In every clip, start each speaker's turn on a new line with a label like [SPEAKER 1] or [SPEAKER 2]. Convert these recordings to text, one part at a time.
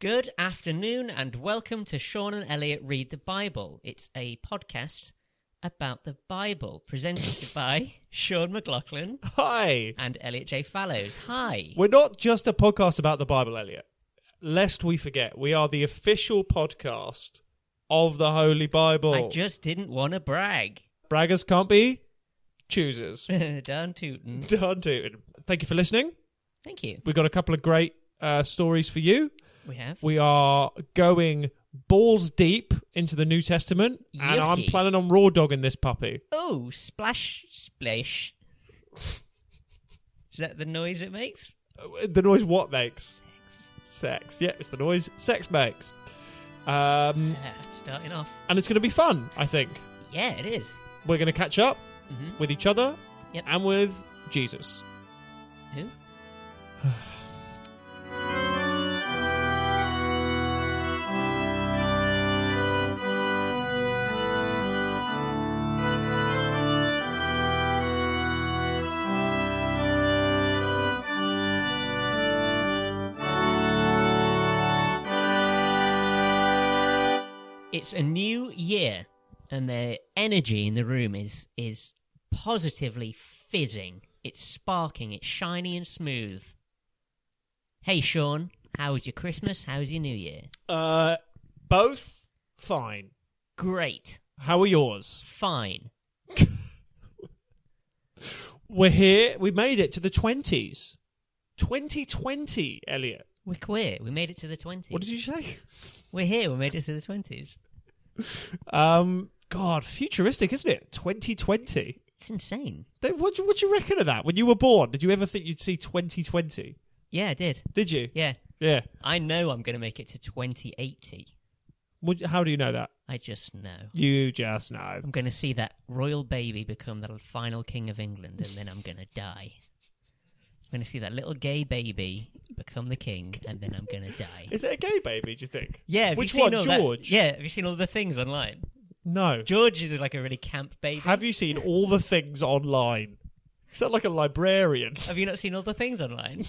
[SPEAKER 1] Good afternoon, and welcome to Sean and Elliot Read the Bible. It's a podcast about the Bible presented by Sean McLaughlin
[SPEAKER 2] Hi.
[SPEAKER 1] and Elliot J. Fallows. Hi.
[SPEAKER 2] We're not just a podcast about the Bible, Elliot. Lest we forget, we are the official podcast of the Holy Bible.
[SPEAKER 1] I just didn't want to brag.
[SPEAKER 2] Braggers can't be choosers.
[SPEAKER 1] Darn tootin'.
[SPEAKER 2] Darn tootin'. Thank you for listening.
[SPEAKER 1] Thank you.
[SPEAKER 2] We've got a couple of great uh, stories for you.
[SPEAKER 1] We have.
[SPEAKER 2] We are going balls deep into the New Testament, and I'm
[SPEAKER 1] Yucky.
[SPEAKER 2] planning on raw dogging this puppy.
[SPEAKER 1] Oh, splash, splash. Is that the noise it makes?
[SPEAKER 2] Uh, The noise what makes? Sex. Yeah, it's the noise sex makes. Um,
[SPEAKER 1] Yeah, starting off.
[SPEAKER 2] and it's going to be fun, I think.
[SPEAKER 1] Yeah, it is.
[SPEAKER 2] We're going to catch up
[SPEAKER 1] Mhm.
[SPEAKER 2] with each other
[SPEAKER 1] Yep.
[SPEAKER 2] and with Jesus.
[SPEAKER 1] Who? It's a new year, and the energy in the room is is positively fizzing. It's sparking. It's shiny and smooth. Hey, Sean, how was your Christmas? How was your New Year?
[SPEAKER 2] Uh, both fine.
[SPEAKER 1] Great,
[SPEAKER 2] How are yours?
[SPEAKER 1] fine.
[SPEAKER 2] We're here. We made it to the twenties. 2020, Elliot.
[SPEAKER 1] We're queer. We made it to the twenties.
[SPEAKER 2] What did you say?
[SPEAKER 1] We're here. We made it to the twenties.
[SPEAKER 2] Um, God, futuristic, isn't it? 2020.
[SPEAKER 1] It's insane.
[SPEAKER 2] Dave, What do, what do you reckon of that? When you were born, did you ever think you'd see 2020?
[SPEAKER 1] Yeah, I did.
[SPEAKER 2] Did you?
[SPEAKER 1] Yeah,
[SPEAKER 2] Yeah.
[SPEAKER 1] I know I'm going to make it to 2080.
[SPEAKER 2] Would- How do you know that?
[SPEAKER 1] I just know.
[SPEAKER 2] You just know.
[SPEAKER 1] I'm going to see that royal baby become the final king of England, and then I'm going to die. I'm going to see that little gay baby become the king, and then I'm going to die.
[SPEAKER 2] Is it a gay baby? Do you think?
[SPEAKER 1] Yeah, have
[SPEAKER 2] Which
[SPEAKER 1] you seen
[SPEAKER 2] one,
[SPEAKER 1] all that-
[SPEAKER 2] George?
[SPEAKER 1] Yeah, have you seen all the things online?
[SPEAKER 2] No.
[SPEAKER 1] George is like a really camp baby. Have,
[SPEAKER 2] Have you seen all the things online? Is that like a librarian?
[SPEAKER 1] you not seen all the things online?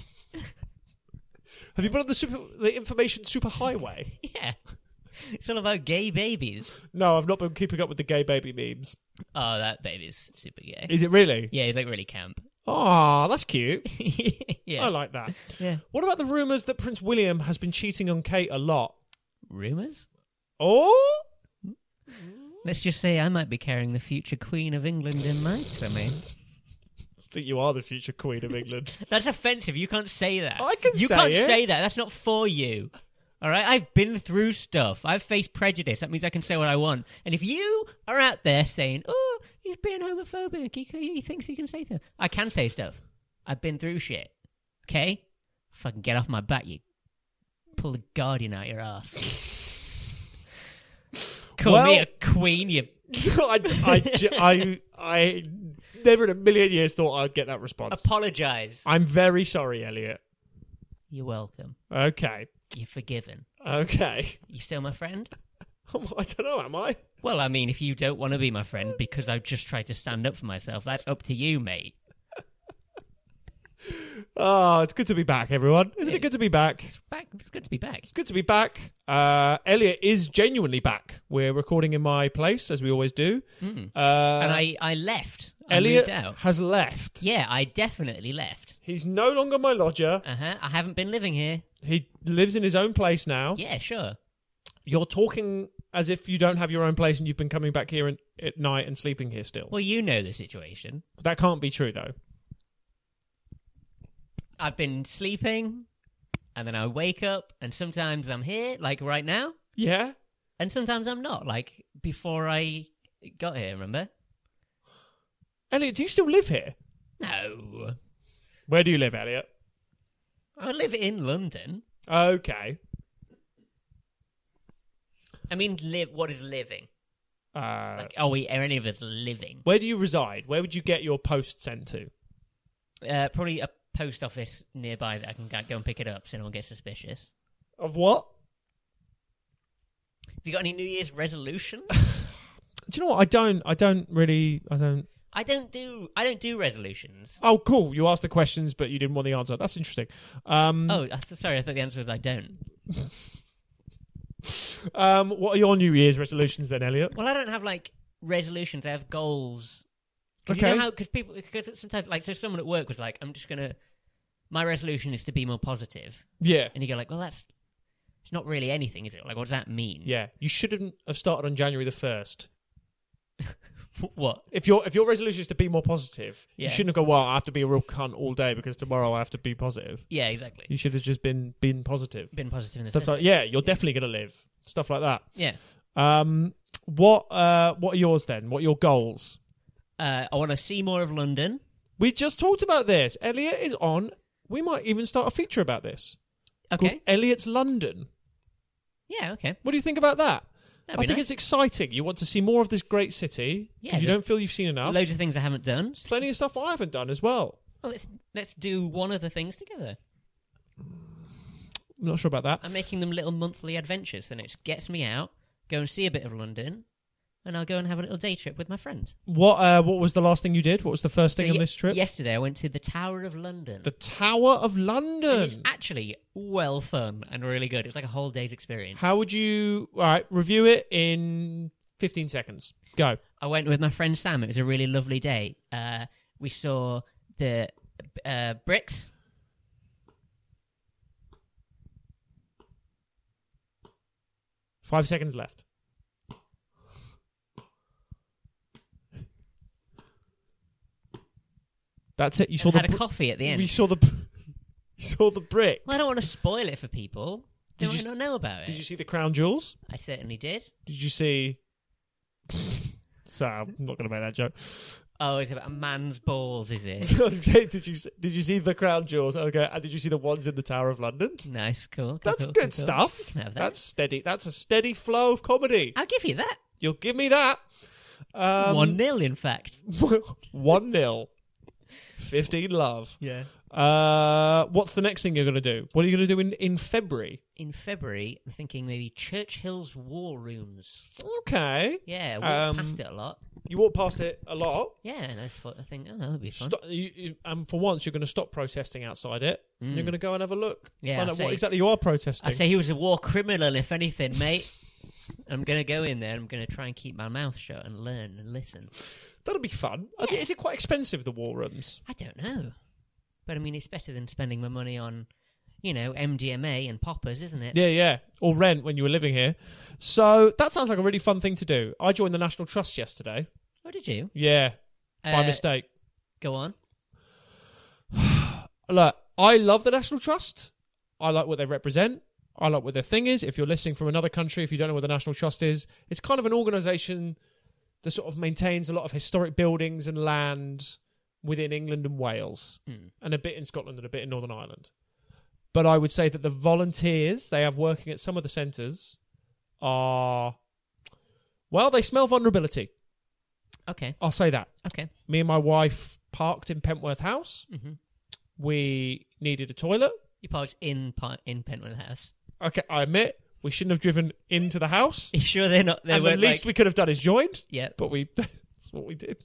[SPEAKER 2] Have you been on the super the information superhighway?
[SPEAKER 1] yeah, it's all about gay babies.
[SPEAKER 2] No, I've not been keeping up with the gay baby memes.
[SPEAKER 1] Oh, that baby's super gay.
[SPEAKER 2] Is it really?
[SPEAKER 1] yeah, he's like really camp.
[SPEAKER 2] Ah, that's cute. I
[SPEAKER 1] yeah,
[SPEAKER 2] like that.
[SPEAKER 1] yeah.
[SPEAKER 2] What about the rumours that Prince William has been cheating on Kate a lot?
[SPEAKER 1] Rumors.
[SPEAKER 2] Oh,
[SPEAKER 1] Let's just say I might be carrying the future Queen of England in my tummy.
[SPEAKER 2] I think you are the future Queen of England.
[SPEAKER 1] That's offensive. You can't say that.
[SPEAKER 2] Oh, I can
[SPEAKER 1] You
[SPEAKER 2] say
[SPEAKER 1] can't
[SPEAKER 2] it.
[SPEAKER 1] say that. That's not for you. All right. I've been through stuff. I've faced prejudice. That means I can say what I want. And if you are out there saying, "Oh, he's being homophobic. He, he thinks he can say stuff," I can say stuff. I've been through shit. Okay. Fucking get off my back, you. Pull the guardian out your ass. Call me
[SPEAKER 2] Well-
[SPEAKER 1] a queen, you.
[SPEAKER 2] I, I, ju- I, I never in a million years thought I'd get that response.
[SPEAKER 1] Apologize.
[SPEAKER 2] I'm very sorry, Elliot.
[SPEAKER 1] You're welcome.
[SPEAKER 2] Okay,
[SPEAKER 1] You're forgiven.
[SPEAKER 2] okay.
[SPEAKER 1] You still my friend?
[SPEAKER 2] I don't know. Am I?
[SPEAKER 1] Well, I mean, if you don't want to be my friend because I've just tried to stand up for myself, that's up to you, mate.
[SPEAKER 2] Oh, it's good to be back, everyone. Isn't it good to be back?
[SPEAKER 1] Back, it's good to be back.
[SPEAKER 2] It's good to be back. Uh, Elliot is genuinely back. We're recording in my place as we always do.
[SPEAKER 1] Mm.
[SPEAKER 2] Uh,
[SPEAKER 1] and I, I left. I
[SPEAKER 2] Elliot
[SPEAKER 1] moved out.
[SPEAKER 2] has left.
[SPEAKER 1] Yeah, I definitely left.
[SPEAKER 2] He's no longer my lodger.
[SPEAKER 1] Uh huh. I haven't been living here.
[SPEAKER 2] He lives in his own place now.
[SPEAKER 1] Yeah, sure.
[SPEAKER 2] You're talking as if you don't have your own place and you've been coming back here and, at night and sleeping here still.
[SPEAKER 1] Well, you know the situation.
[SPEAKER 2] that can't be true though.
[SPEAKER 1] I've been sleeping, and then I wake up, and sometimes I'm here, like right now,
[SPEAKER 2] Yeah.
[SPEAKER 1] and sometimes I'm not, like before I got here, remember?
[SPEAKER 2] Elliot, do you still live here?
[SPEAKER 1] No.
[SPEAKER 2] Where do you live, Elliot?
[SPEAKER 1] I live in London.
[SPEAKER 2] Okay.
[SPEAKER 1] I mean, live. what is living?
[SPEAKER 2] Uh,
[SPEAKER 1] Like, are we are any of us living?
[SPEAKER 2] where do you reside? Where would you get your post sent to?
[SPEAKER 1] Uh, probably a post office nearby that I can go go and pick it up, so no one gets suspicious.
[SPEAKER 2] Of what?
[SPEAKER 1] Have you got any New Year's resolutions?
[SPEAKER 2] Do you know what? I don't. I don't really. I don't.
[SPEAKER 1] I don't do I don't do resolutions.
[SPEAKER 2] Oh, cool. You asked the
[SPEAKER 1] Mm.
[SPEAKER 2] questions, but you didn't want the answer. That's interesting. Um,
[SPEAKER 1] Oh, I th- sorry. I thought the answer was I don't.
[SPEAKER 2] Um, what are your New Year's resolutions then, Elliot?
[SPEAKER 1] Well, I don't have like resolutions. I have goals. Cause You
[SPEAKER 2] Okay.
[SPEAKER 1] know how because people because sometimes like so someone at work was like, I'm just gonna my resolution is to be more positive,
[SPEAKER 2] Yeah.
[SPEAKER 1] and you go like, well, that's it's not really anything, is it? Like, what does that mean?
[SPEAKER 2] Yeah. You shouldn't have started on January the 1st.
[SPEAKER 1] What?
[SPEAKER 2] If your if your resolution is to be more positive,
[SPEAKER 1] Yeah.
[SPEAKER 2] you shouldn't have go, well, I have to be a real cunt all day because tomorrow I have to be positive.
[SPEAKER 1] Yeah, exactly.
[SPEAKER 2] You should have just been been positive.
[SPEAKER 1] Been positive in the
[SPEAKER 2] Stuff
[SPEAKER 1] first-
[SPEAKER 2] like yeah, you're definitely gonna live. Stuff like that.
[SPEAKER 1] yeah.
[SPEAKER 2] Um what uh what are yours then? What are your goals?
[SPEAKER 1] Uh, I want to see more of London.
[SPEAKER 2] We just talked about this. Elliot is on we might even start a feature about this.
[SPEAKER 1] Okay.
[SPEAKER 2] Called Elliot's London.
[SPEAKER 1] Yeah. Okay.
[SPEAKER 2] What do you think about that?
[SPEAKER 1] That'd
[SPEAKER 2] I
[SPEAKER 1] be
[SPEAKER 2] think
[SPEAKER 1] nice.
[SPEAKER 2] it's exciting. You want to see more of this great city
[SPEAKER 1] Yeah,
[SPEAKER 2] because you
[SPEAKER 1] there's-
[SPEAKER 2] don't feel you've seen enough.
[SPEAKER 1] Loads of things I haven't done. So
[SPEAKER 2] Plenty of stuff I haven't done as well.
[SPEAKER 1] well, let's let's do one of the things together.
[SPEAKER 2] I'm not sure about that.
[SPEAKER 1] I'm making them little monthly adventures. Then it just gets me out, go and see a bit of London, and I'll go and have a little day trip with my friends.
[SPEAKER 2] What uh, what was the last thing you did? What was the first thing
[SPEAKER 1] So
[SPEAKER 2] on
[SPEAKER 1] ye-
[SPEAKER 2] this trip?
[SPEAKER 1] Yesterday, I went to the Tower of London.
[SPEAKER 2] The Tower of
[SPEAKER 1] And it's
[SPEAKER 2] London.
[SPEAKER 1] actually well fun and really good. It's like a whole day's experience.
[SPEAKER 2] How would you all right, review it in 15 seconds. Go.
[SPEAKER 1] I went with my friend Sam. It was a really lovely day. Uh, we saw the uh, bricks.
[SPEAKER 2] Five seconds left. That's it. You saw
[SPEAKER 1] and
[SPEAKER 2] the
[SPEAKER 1] had a
[SPEAKER 2] br-
[SPEAKER 1] coffee at the end.
[SPEAKER 2] you saw the you saw the bricks.
[SPEAKER 1] Well, I don't want to spoil it for people. They
[SPEAKER 2] Did you
[SPEAKER 1] might not
[SPEAKER 2] s-
[SPEAKER 1] know about it.
[SPEAKER 2] Did you see the crown jewels?
[SPEAKER 1] I certainly did.
[SPEAKER 2] Did you see? Sorry, I'm not going to make that joke.
[SPEAKER 1] Oh, it's about a man's balls, is it?
[SPEAKER 2] I was saying, did you see- did you see the crown jewels? Okay, and did you see the ones in the Tower of London?
[SPEAKER 1] nice, cool. cool,
[SPEAKER 2] That's
[SPEAKER 1] cool,
[SPEAKER 2] good
[SPEAKER 1] cool, cool.
[SPEAKER 2] stuff.
[SPEAKER 1] can have that.
[SPEAKER 2] That's steady. That's a steady flow of comedy.
[SPEAKER 1] I'll give you that.
[SPEAKER 2] You'll give me that. Um,
[SPEAKER 1] One nil, in fact.
[SPEAKER 2] one nil. Fifteen love.
[SPEAKER 1] Yeah.
[SPEAKER 2] Uh, what's the next thing you're going to do? What are you going to do in in February?
[SPEAKER 1] In February, I'm thinking maybe Churchill's War Rooms.
[SPEAKER 2] Okay,
[SPEAKER 1] Yeah, walked
[SPEAKER 2] Um,
[SPEAKER 1] past it a lot.
[SPEAKER 2] you walk past it a lot.
[SPEAKER 1] Yeah, and I thought, I think, oh, that would be fun.
[SPEAKER 2] Stop, you, you, and for once, you're going to stop protesting outside it. And you're going to go and have a look.
[SPEAKER 1] Mm. Yeah,
[SPEAKER 2] find
[SPEAKER 1] I'll
[SPEAKER 2] out what
[SPEAKER 1] say-
[SPEAKER 2] exactly you are protesting.
[SPEAKER 1] I'd say he was a war criminal, if anything, mate. I'm going to go in there. I'm going to try and keep my mouth shut and learn and listen.
[SPEAKER 2] That'll be fun. I think- Is it quite expensive, the war rooms?
[SPEAKER 1] I don't know. But I mean, it's better than spending my money on, you know, MDMA and poppers, isn't it?
[SPEAKER 2] Yeah, yeah. Or rent when you were living here. So that sounds like a really fun thing to do. I joined the National Trust yesterday.
[SPEAKER 1] Oh, did you?
[SPEAKER 2] Yeah, by
[SPEAKER 1] Uh,
[SPEAKER 2] mistake.
[SPEAKER 1] Go on.
[SPEAKER 2] Look, I love the National Trust. I like what they represent. I like what their thing is. If you're listening from another country, if you don't know what the National Trust is, it's kind of an organisation that sort of maintains a lot of historic buildings and land within England and Wales,
[SPEAKER 1] Mm.
[SPEAKER 2] and a bit in Scotland and a bit in Northern Ireland. But I would say that the volunteers they have working at some of the centres are, well, they smell vulnerability.
[SPEAKER 1] Okay.
[SPEAKER 2] I'll say that.
[SPEAKER 1] Okay.
[SPEAKER 2] Me and my wife parked in Pentworth House.
[SPEAKER 1] hmm
[SPEAKER 2] We needed a toilet.
[SPEAKER 1] You parked in par- in Pentwell House.
[SPEAKER 2] okay, I admit we shouldn't have driven into the house.
[SPEAKER 1] Are you sure they're not? They
[SPEAKER 2] and
[SPEAKER 1] were
[SPEAKER 2] the least we could have done is joined,
[SPEAKER 1] Yeah.
[SPEAKER 2] but we that's what we did.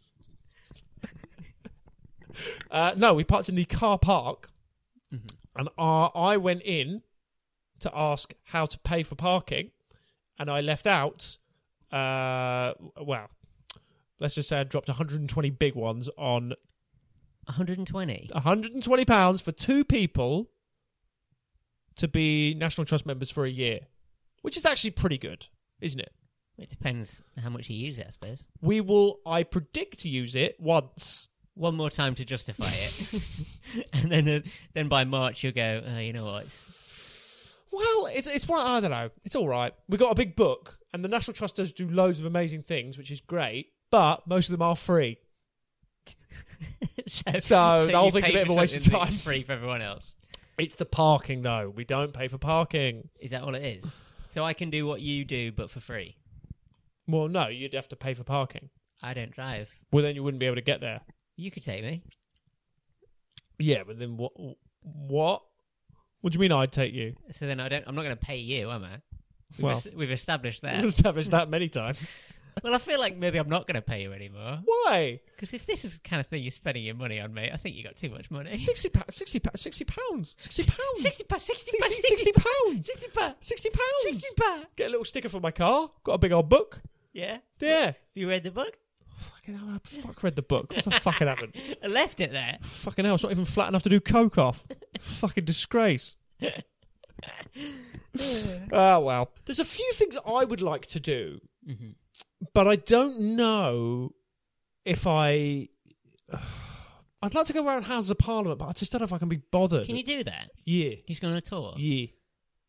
[SPEAKER 2] uh, no, we parked in the car park,
[SPEAKER 1] Mhm.
[SPEAKER 2] and uh, I went in to ask how to pay for parking, and I left out. Uh, well, let's just say I dropped 120 big ones on
[SPEAKER 1] 120.
[SPEAKER 2] 120 pounds for two people to be National Trust members for a year, which is actually pretty good, isn't it?
[SPEAKER 1] It depends how much you use it, I suppose.
[SPEAKER 2] We will, I predict, use it once.
[SPEAKER 1] One more time to justify it, and then uh, then by March you'll go. Oh, you know what? It's,
[SPEAKER 2] Well, it's it's one I don't know. It's all right. We got a big book, and the National Trust does do loads of amazing things, which is great. But most of them are free.
[SPEAKER 1] so,
[SPEAKER 2] So the whole
[SPEAKER 1] you
[SPEAKER 2] thing's a
[SPEAKER 1] pay
[SPEAKER 2] bit of
[SPEAKER 1] for
[SPEAKER 2] a waste of
[SPEAKER 1] something that's
[SPEAKER 2] time.
[SPEAKER 1] Free for everyone else.
[SPEAKER 2] It's the parking though. We don't pay for parking.
[SPEAKER 1] Is that all it is? So I can do what you do, but for free.
[SPEAKER 2] Well, no, you'd have to pay for parking.
[SPEAKER 1] I don't drive.
[SPEAKER 2] Well, then you wouldn't be able to get there.
[SPEAKER 1] You could take me.
[SPEAKER 2] Yeah, but then what? What? What do you mean? I'd take you?
[SPEAKER 1] So then I don't. I'm not going to pay you, am I? We've,
[SPEAKER 2] Well.
[SPEAKER 1] es- we've established that.
[SPEAKER 2] We've established that many times.
[SPEAKER 1] well, I feel like maybe I'm not going to pay you anymore.
[SPEAKER 2] Why?
[SPEAKER 1] Because if this is the kind of thing you're spending your money on, mate, I think you got too much money.
[SPEAKER 2] 60, pa- 60, pa- 60 pounds. 60 pounds. 60,
[SPEAKER 1] 60 pounds, 60 pounds,
[SPEAKER 2] 60 pounds.
[SPEAKER 1] 60 pounds,
[SPEAKER 2] 60 pounds.
[SPEAKER 1] 60 pounds.
[SPEAKER 2] Get a little sticker for my car. Got a big old book.
[SPEAKER 1] Yeah.
[SPEAKER 2] Yeah.
[SPEAKER 1] You read the book?
[SPEAKER 2] Fucking hell, I fuck read the book. What the fuck it happened?
[SPEAKER 1] I left it there.
[SPEAKER 2] Fucking hell, it's not even flat enough to do coke off. fucking disgrace. Oh, well. There's a few things I would like to do,
[SPEAKER 1] hmm
[SPEAKER 2] but I don't know if I. I'd like to go around Houses of Parliament, but I just don't know if I can be bothered.
[SPEAKER 1] Can you do that?
[SPEAKER 2] Yeah.
[SPEAKER 1] Just go on a tour?
[SPEAKER 2] Yeah.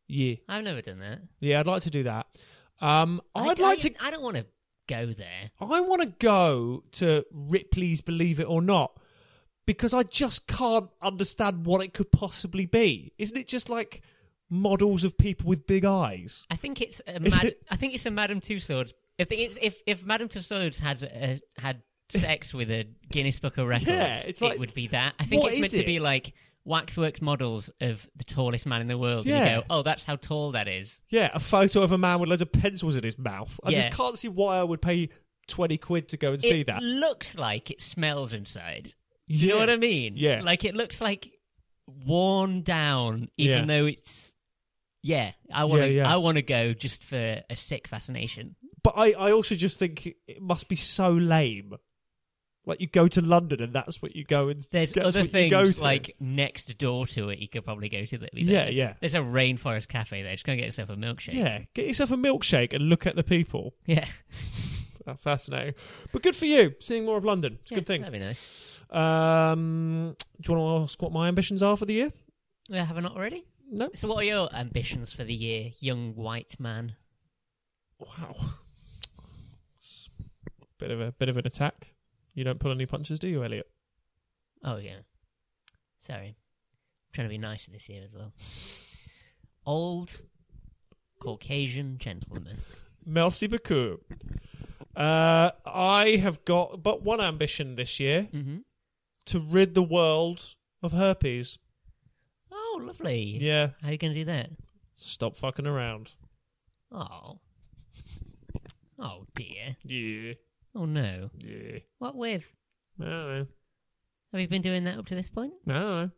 [SPEAKER 2] Yeah.
[SPEAKER 1] I've never done that.
[SPEAKER 2] Yeah, I'd like to do that. Um,
[SPEAKER 1] I-
[SPEAKER 2] I'd like
[SPEAKER 1] I,
[SPEAKER 2] to.
[SPEAKER 1] I don't want to go there.
[SPEAKER 2] I want to go to Ripley's Believe It or Not because I just can't understand what it could possibly be. Isn't it just like models of people with big eyes?
[SPEAKER 1] I think it's a
[SPEAKER 2] Is
[SPEAKER 1] mad,
[SPEAKER 2] it-
[SPEAKER 1] I think it's a Madame Tussauds. If the, it's, if if Madame Tussauds had uh, had sex with a Guinness Book of Records,
[SPEAKER 2] Yeah, it's like-
[SPEAKER 1] it would be that. I think
[SPEAKER 2] What
[SPEAKER 1] it's meant
[SPEAKER 2] is
[SPEAKER 1] to be like waxworks models of the tallest man in the world. And
[SPEAKER 2] Yeah.
[SPEAKER 1] you go, oh, that's how tall that is.
[SPEAKER 2] Yeah, a photo of a man with loads of pencils in his mouth. I
[SPEAKER 1] Yeah.
[SPEAKER 2] just can't see why I would pay 20 quid to go and see
[SPEAKER 1] it
[SPEAKER 2] that.
[SPEAKER 1] looks like it smells inside. Do you know what I mean?
[SPEAKER 2] Yeah.
[SPEAKER 1] Like it looks like worn down, even
[SPEAKER 2] Yeah.
[SPEAKER 1] though it's. Yeah, I want to.
[SPEAKER 2] Yeah, yeah.
[SPEAKER 1] I want to go just for a sick fascination.
[SPEAKER 2] But I, I also just think it must be so lame. Like you go to London and that's what you go and
[SPEAKER 1] There's
[SPEAKER 2] that's
[SPEAKER 1] other
[SPEAKER 2] what you go
[SPEAKER 1] things
[SPEAKER 2] to.
[SPEAKER 1] like next door to it. You could probably go to that. would be
[SPEAKER 2] yeah,
[SPEAKER 1] better.
[SPEAKER 2] yeah,
[SPEAKER 1] There's a rainforest cafe there. Just go and get yourself a milkshake.
[SPEAKER 2] yeah. Get yourself a milkshake and look at the people.
[SPEAKER 1] yeah.
[SPEAKER 2] Oh, fascinating. But good for you, seeing more of London. It's a
[SPEAKER 1] Yeah,
[SPEAKER 2] good thing.
[SPEAKER 1] That'd be nice.
[SPEAKER 2] Um, do you want to ask what my ambitions are for the year?
[SPEAKER 1] Yeah, have I not already?
[SPEAKER 2] No.
[SPEAKER 1] So, what are your ambitions for the year, young white man?
[SPEAKER 2] Wow. It's a bit of a bit of an attack. You don't pull any punches, do you, Elliot?
[SPEAKER 1] Oh yeah. Sorry. I'm trying to be nicer this year as well. Old Caucasian gentleman.
[SPEAKER 2] Merci beaucoup. Uh, I have got but one ambition this year
[SPEAKER 1] Mm-hmm.
[SPEAKER 2] to rid the world of herpes.
[SPEAKER 1] Oh, lovely.
[SPEAKER 2] Yeah.
[SPEAKER 1] How are you going to do that?
[SPEAKER 2] Stop fucking around.
[SPEAKER 1] Oh. Oh dear.
[SPEAKER 2] Yeah.
[SPEAKER 1] Oh no.
[SPEAKER 2] Yeah.
[SPEAKER 1] What with?
[SPEAKER 2] I don't know.
[SPEAKER 1] Have you been doing that up to this point?
[SPEAKER 2] I don't know.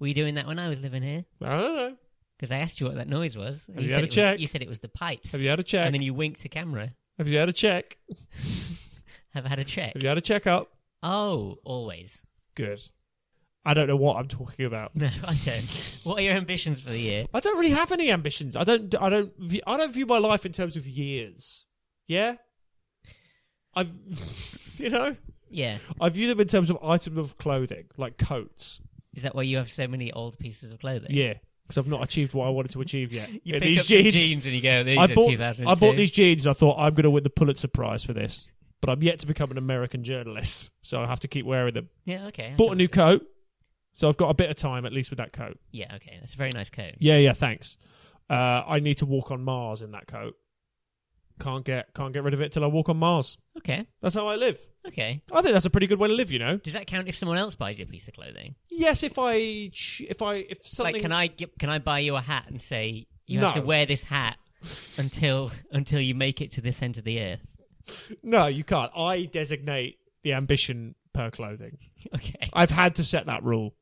[SPEAKER 1] Were you doing that when I was living here?
[SPEAKER 2] I don't know.
[SPEAKER 1] Because I asked you what that noise was. and
[SPEAKER 2] Have you had
[SPEAKER 1] said
[SPEAKER 2] a
[SPEAKER 1] it was-
[SPEAKER 2] check?
[SPEAKER 1] you said it was the pipes.
[SPEAKER 2] Have you had a check?
[SPEAKER 1] and then you winked to camera.
[SPEAKER 2] Have you had a check?
[SPEAKER 1] Have I had a check?
[SPEAKER 2] Have you had a checkup?
[SPEAKER 1] Oh, always.
[SPEAKER 2] Good. I don't know what I'm talking about.
[SPEAKER 1] No, I don't. what are your ambitions for the year?
[SPEAKER 2] I don't really have any ambitions. I don't. I don't. view- I don't view my life in terms of years. Yeah. I, you know,
[SPEAKER 1] Yeah.
[SPEAKER 2] I view them in terms of item of clothing, like coats.
[SPEAKER 1] Is that why you have so many old pieces of clothing?
[SPEAKER 2] Yeah, because I've not achieved what I wanted to achieve yet.
[SPEAKER 1] You
[SPEAKER 2] Yeah,
[SPEAKER 1] pick up some jeans and you go, these
[SPEAKER 2] I
[SPEAKER 1] are
[SPEAKER 2] bought.
[SPEAKER 1] 2002.
[SPEAKER 2] I bought these jeans, and I thought I'm going to win the Pulitzer Prize for this. But I'm yet to become an American journalist, so I have to keep wearing them.
[SPEAKER 1] Yeah, okay. I
[SPEAKER 2] Bought a new
[SPEAKER 1] thought-
[SPEAKER 2] coat, so I've got a bit of time at least with that coat.
[SPEAKER 1] Yeah, okay. That's a very nice coat.
[SPEAKER 2] Yeah, yeah, thanks. Uh, I need to walk on Mars in that coat. Can't get can't get rid of it till I walk on Mars.
[SPEAKER 1] Okay,
[SPEAKER 2] That's how I live.
[SPEAKER 1] okay.
[SPEAKER 2] I think that's a pretty good way to live, you know.
[SPEAKER 1] Does that count if someone else buys you a piece of clothing?
[SPEAKER 2] Yes, if I ch- if I if something
[SPEAKER 1] Like, can I gi- can I buy you a hat and say you have
[SPEAKER 2] No.
[SPEAKER 1] to wear this hat until until you make it to this end of the earth?
[SPEAKER 2] no, you can't. I designate the ambition per clothing.
[SPEAKER 1] Okay.
[SPEAKER 2] I've had to set that rule.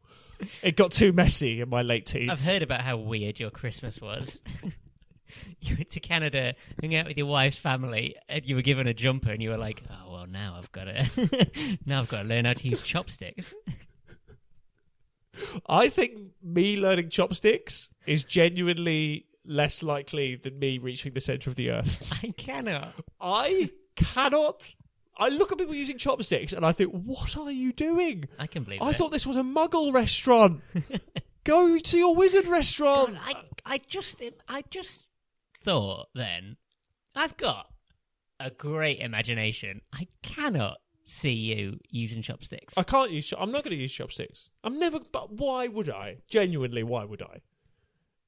[SPEAKER 2] It got too messy in my late teens.
[SPEAKER 1] I've heard about how weird your Christmas was. you went to Canada, hung out with your wife's family, and you were given a jumper, and you were like, "Oh well, now I've got to now I've got to learn how to use chopsticks."
[SPEAKER 2] I think me learning chopsticks is genuinely less likely than me reaching the center of the earth.
[SPEAKER 1] I cannot.
[SPEAKER 2] I cannot. I look at people using chopsticks and I think, what are you doing?
[SPEAKER 1] I can believe.
[SPEAKER 2] I
[SPEAKER 1] that.
[SPEAKER 2] thought this was a muggle restaurant. Go to your wizard restaurant.
[SPEAKER 1] God, I, I just, I just thought then, I've got a great imagination. I cannot see you using chopsticks.
[SPEAKER 2] I can't use. cho- I'm not going to use chopsticks. I'm never. But why would I? Genuinely, why would I?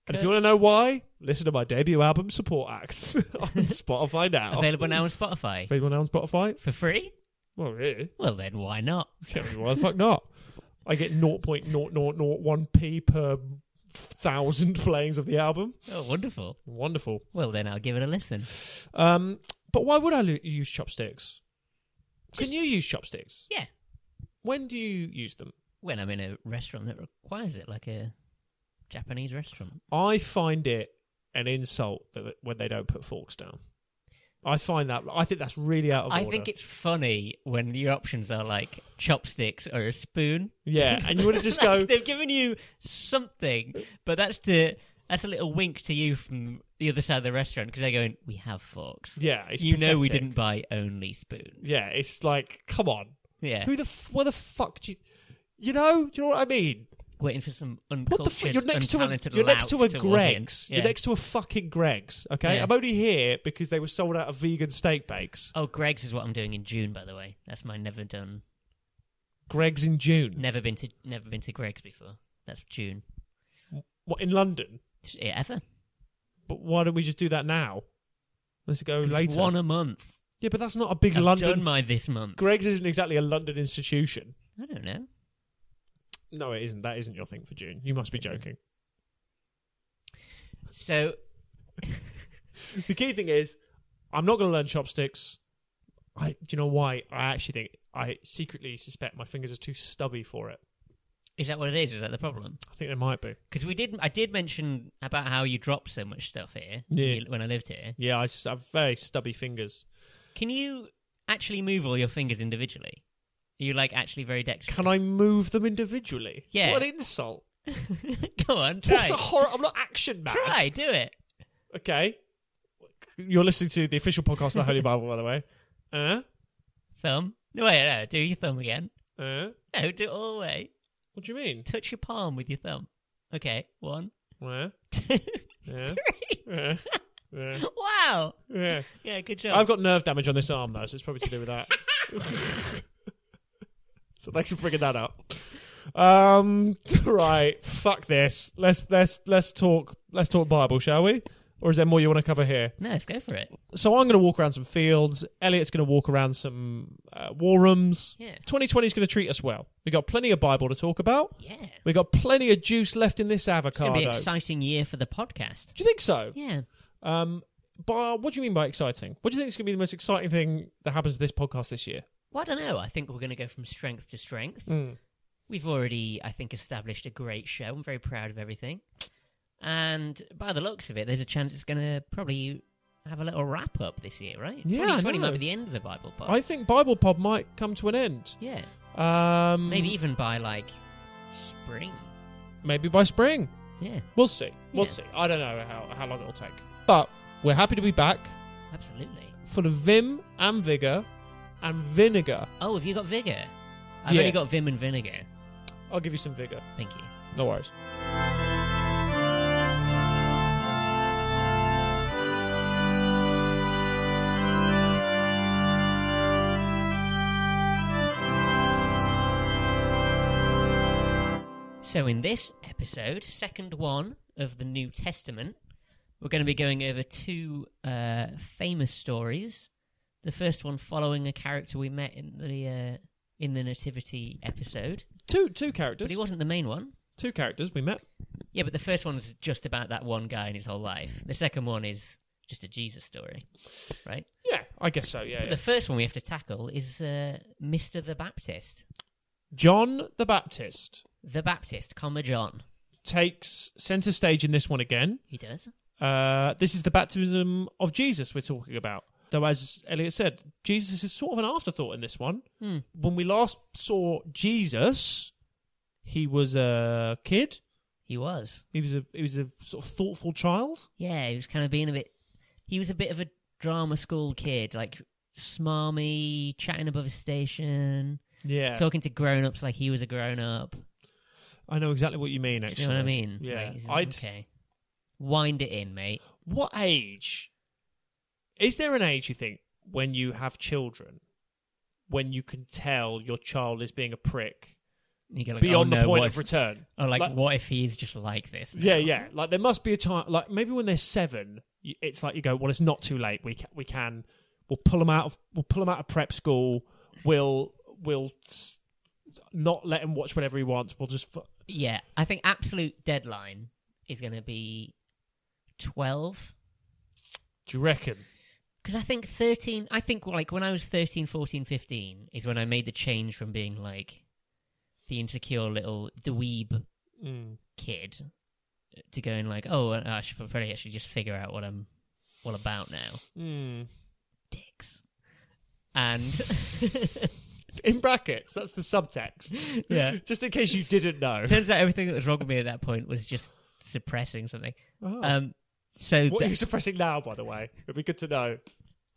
[SPEAKER 2] And if you want to know why, listen to my debut album, Support Acts, on Spotify now.
[SPEAKER 1] Available now on Spotify
[SPEAKER 2] Available now on Spotify.
[SPEAKER 1] for free.
[SPEAKER 2] Well, really?
[SPEAKER 1] Well, then why not?
[SPEAKER 2] Yeah, Why the fuck not? I get 0.0001p per thousand playings of the album.
[SPEAKER 1] Oh, wonderful.
[SPEAKER 2] Wonderful.
[SPEAKER 1] Well, then I'll give it a listen.
[SPEAKER 2] Um, But why would I lo- use chopsticks? Can you use chopsticks?
[SPEAKER 1] Yeah.
[SPEAKER 2] When do you use them?
[SPEAKER 1] When I'm in a restaurant that requires it, like a Japanese restaurant.
[SPEAKER 2] I find it an insult that when they don't put forks down. I find that I think that's really out of
[SPEAKER 1] I
[SPEAKER 2] order.
[SPEAKER 1] think it's funny when your options are like chopsticks or a spoon.
[SPEAKER 2] yeah, and you want to just go.
[SPEAKER 1] Like, they've given you something, but that's to that's a little wink to you from the other side of the restaurant because they're going, "We have forks.
[SPEAKER 2] Yeah, it's
[SPEAKER 1] you know we
[SPEAKER 2] pathetic.
[SPEAKER 1] didn't buy only spoons."
[SPEAKER 2] Yeah, it's like, come on,
[SPEAKER 1] Yeah,
[SPEAKER 2] who the f- where the fuck do you, you know? Do you know what I mean?
[SPEAKER 1] waiting for some
[SPEAKER 2] What the
[SPEAKER 1] uncultured,
[SPEAKER 2] fuck? You're next to a
[SPEAKER 1] untalented
[SPEAKER 2] you're next to a
[SPEAKER 1] louts walk in.
[SPEAKER 2] Greg's.
[SPEAKER 1] Yeah.
[SPEAKER 2] You're next to a fucking Greg's. Okay,
[SPEAKER 1] Yeah.
[SPEAKER 2] I'm only here because they were sold out of vegan steak bakes.
[SPEAKER 1] Oh, Greg's is what I'm doing in June, by the way. That's my never done.
[SPEAKER 2] Greg's in June.
[SPEAKER 1] Never been to never been to Greg's before. That's June.
[SPEAKER 2] What in London?
[SPEAKER 1] Just- yeah, ever?
[SPEAKER 2] But why don't we just do that now? Let's go
[SPEAKER 1] 'Cause it's
[SPEAKER 2] later.
[SPEAKER 1] One a month.
[SPEAKER 2] Yeah, but that's not a big
[SPEAKER 1] I've
[SPEAKER 2] London.
[SPEAKER 1] done my this month.
[SPEAKER 2] Greg's isn't exactly a London institution.
[SPEAKER 1] I don't know.
[SPEAKER 2] No, it isn't. That isn't your thing for June. You must be joking.
[SPEAKER 1] So
[SPEAKER 2] the key thing is, I'm not going to learn chopsticks. I, do you know why? I actually think I secretly suspect my fingers are too stubby for it.
[SPEAKER 1] is that what it is? Is that the problem?
[SPEAKER 2] I think they might be.
[SPEAKER 1] Because we did, I did mention about how you drop so much stuff here.
[SPEAKER 2] Yeah.
[SPEAKER 1] you- When I lived here,
[SPEAKER 2] Yeah, I s- have very stubby fingers.
[SPEAKER 1] can you actually move all your fingers individually? Are you like actually very dexterous?
[SPEAKER 2] Can I move them individually?
[SPEAKER 1] Yeah.
[SPEAKER 2] What an insult!
[SPEAKER 1] Go on,
[SPEAKER 2] What's
[SPEAKER 1] try.
[SPEAKER 2] a horror? I'm not action man.
[SPEAKER 1] Try, do it.
[SPEAKER 2] Okay. You're listening to the official podcast of the Holy Bible, by the way. Uh,
[SPEAKER 1] Thumb. No, wait, no. Do your thumb again.
[SPEAKER 2] uh.
[SPEAKER 1] No, do it all the way.
[SPEAKER 2] What do you mean?
[SPEAKER 1] Touch your palm with your thumb. Okay, one,
[SPEAKER 2] Uh,
[SPEAKER 1] two,
[SPEAKER 2] uh,
[SPEAKER 1] three.
[SPEAKER 2] uh, uh,
[SPEAKER 1] Wow.
[SPEAKER 2] uh.
[SPEAKER 1] Yeah, good job.
[SPEAKER 2] I've got nerve damage on this arm though, so it's probably to do with that. so thanks for bringing that up. Um, right, fuck this. Let's let's let's talk let's talk Bible, shall we? Or is there more you want to cover here?
[SPEAKER 1] No, let's go for it.
[SPEAKER 2] So I'm going to walk around some fields. Elliot's going to walk around some uh, war rooms.
[SPEAKER 1] Yeah.
[SPEAKER 2] 2020 is going to treat us well. We got plenty of Bible to talk about.
[SPEAKER 1] Yeah.
[SPEAKER 2] We got plenty of juice left in this
[SPEAKER 1] It's going
[SPEAKER 2] avocado.
[SPEAKER 1] to be an
[SPEAKER 2] Do
[SPEAKER 1] exciting year for the podcast.
[SPEAKER 2] you think so?
[SPEAKER 1] Yeah.
[SPEAKER 2] Um, but what do you mean by exciting? What do you think is going to be the most exciting thing that happens to this podcast this year?
[SPEAKER 1] Well, I don't know. I think we're going to go from strength to strength. We've already, I think, established a great show. I'm very proud of everything. And by the looks of it, there's a chance it's going to probably have a little wrap up this year, right?
[SPEAKER 2] Yeah, I
[SPEAKER 1] 2020 might
[SPEAKER 2] know.
[SPEAKER 1] be the end of the Bible pod.
[SPEAKER 2] I think Bible Pod might come to an end.
[SPEAKER 1] Yeah.
[SPEAKER 2] Um,
[SPEAKER 1] Maybe even by like spring.
[SPEAKER 2] maybe by spring.
[SPEAKER 1] Yeah,
[SPEAKER 2] We'll see. We'll
[SPEAKER 1] Yeah.
[SPEAKER 2] see. I don't know how, how long it'll take. But we're happy to be back,
[SPEAKER 1] absolutely.
[SPEAKER 2] full of vim and vigor and vinegar.
[SPEAKER 1] Oh, have you got vigor? I've
[SPEAKER 2] Yeah.
[SPEAKER 1] only got vim and vinegar.
[SPEAKER 2] I'll give you some vigor.
[SPEAKER 1] Thank you.
[SPEAKER 2] No worries.
[SPEAKER 1] So, in this episode, second one of the New Testament, we're going to be going over two uh, famous stories. The first one following a character we met in the uh, in the Nativity episode,
[SPEAKER 2] Two two
[SPEAKER 1] but
[SPEAKER 2] characters.
[SPEAKER 1] he wasn't the main one.
[SPEAKER 2] Two characters we met.
[SPEAKER 1] Yeah, but the first one was just about that one guy and his whole life. The second one is just a Jesus story, right?
[SPEAKER 2] Yeah, I guess so. Yeah.
[SPEAKER 1] But
[SPEAKER 2] yeah.
[SPEAKER 1] the first one we have to tackle is uh, Mr. the Baptist,
[SPEAKER 2] John the Baptist
[SPEAKER 1] the Baptist, comma John.
[SPEAKER 2] takes center stage in this one again.
[SPEAKER 1] He does.
[SPEAKER 2] Uh, this is the baptism of Jesus we're talking about. Though, as Elliot said, Jesus is sort of an afterthought in this one.
[SPEAKER 1] Hmm.
[SPEAKER 2] When we last saw Jesus, he was a kid.
[SPEAKER 1] He was.
[SPEAKER 2] He was a he was a sort of thoughtful child.
[SPEAKER 1] Yeah, he was kind of being a bit. He was a bit of a drama school kid, like smarmy, chatting above a station,
[SPEAKER 2] Yeah,
[SPEAKER 1] talking to grown-ups like he was a grown-up.
[SPEAKER 2] I know exactly what you mean.
[SPEAKER 1] Do
[SPEAKER 2] Actually,
[SPEAKER 1] you know what I mean?
[SPEAKER 2] Yeah,
[SPEAKER 1] Like, he's-
[SPEAKER 2] I'd.
[SPEAKER 1] okay. Wind it in, mate.
[SPEAKER 2] What age? Is there an age you think when you have children, when you can tell your child is being a prick
[SPEAKER 1] You go like,
[SPEAKER 2] beyond
[SPEAKER 1] oh,
[SPEAKER 2] the
[SPEAKER 1] no,
[SPEAKER 2] point
[SPEAKER 1] what
[SPEAKER 2] of
[SPEAKER 1] if-
[SPEAKER 2] return?
[SPEAKER 1] oh, like,
[SPEAKER 2] like-
[SPEAKER 1] what if he's just like this? now?
[SPEAKER 2] Yeah, yeah. Like there must be a time, like maybe when they're seven, y- it's like you go, well, it's not too late. We can, we can, we'll pull them out of, we'll pull them out of prep school. We'll, we'll s- not let him watch whatever he wants. We'll just, f-
[SPEAKER 1] Yeah, I think absolute deadline is going to be twelve.
[SPEAKER 2] do you reckon?
[SPEAKER 1] because I think 13, I think like when I was 13, 14, 15 is when I made the change from being like the insecure little dweeb
[SPEAKER 2] Mm.
[SPEAKER 1] kid to going like, oh, I should probably actually just figure out what I'm all about now.
[SPEAKER 2] Mm.
[SPEAKER 1] Dicks. And
[SPEAKER 2] In brackets, that's the subtext.
[SPEAKER 1] yeah,
[SPEAKER 2] Just in case you didn't know.
[SPEAKER 1] turns out everything that was wrong with me at that point was just suppressing something.
[SPEAKER 2] Oh.
[SPEAKER 1] Um, so
[SPEAKER 2] what are
[SPEAKER 1] th-
[SPEAKER 2] you suppressing now, by the way? It'd be good to know.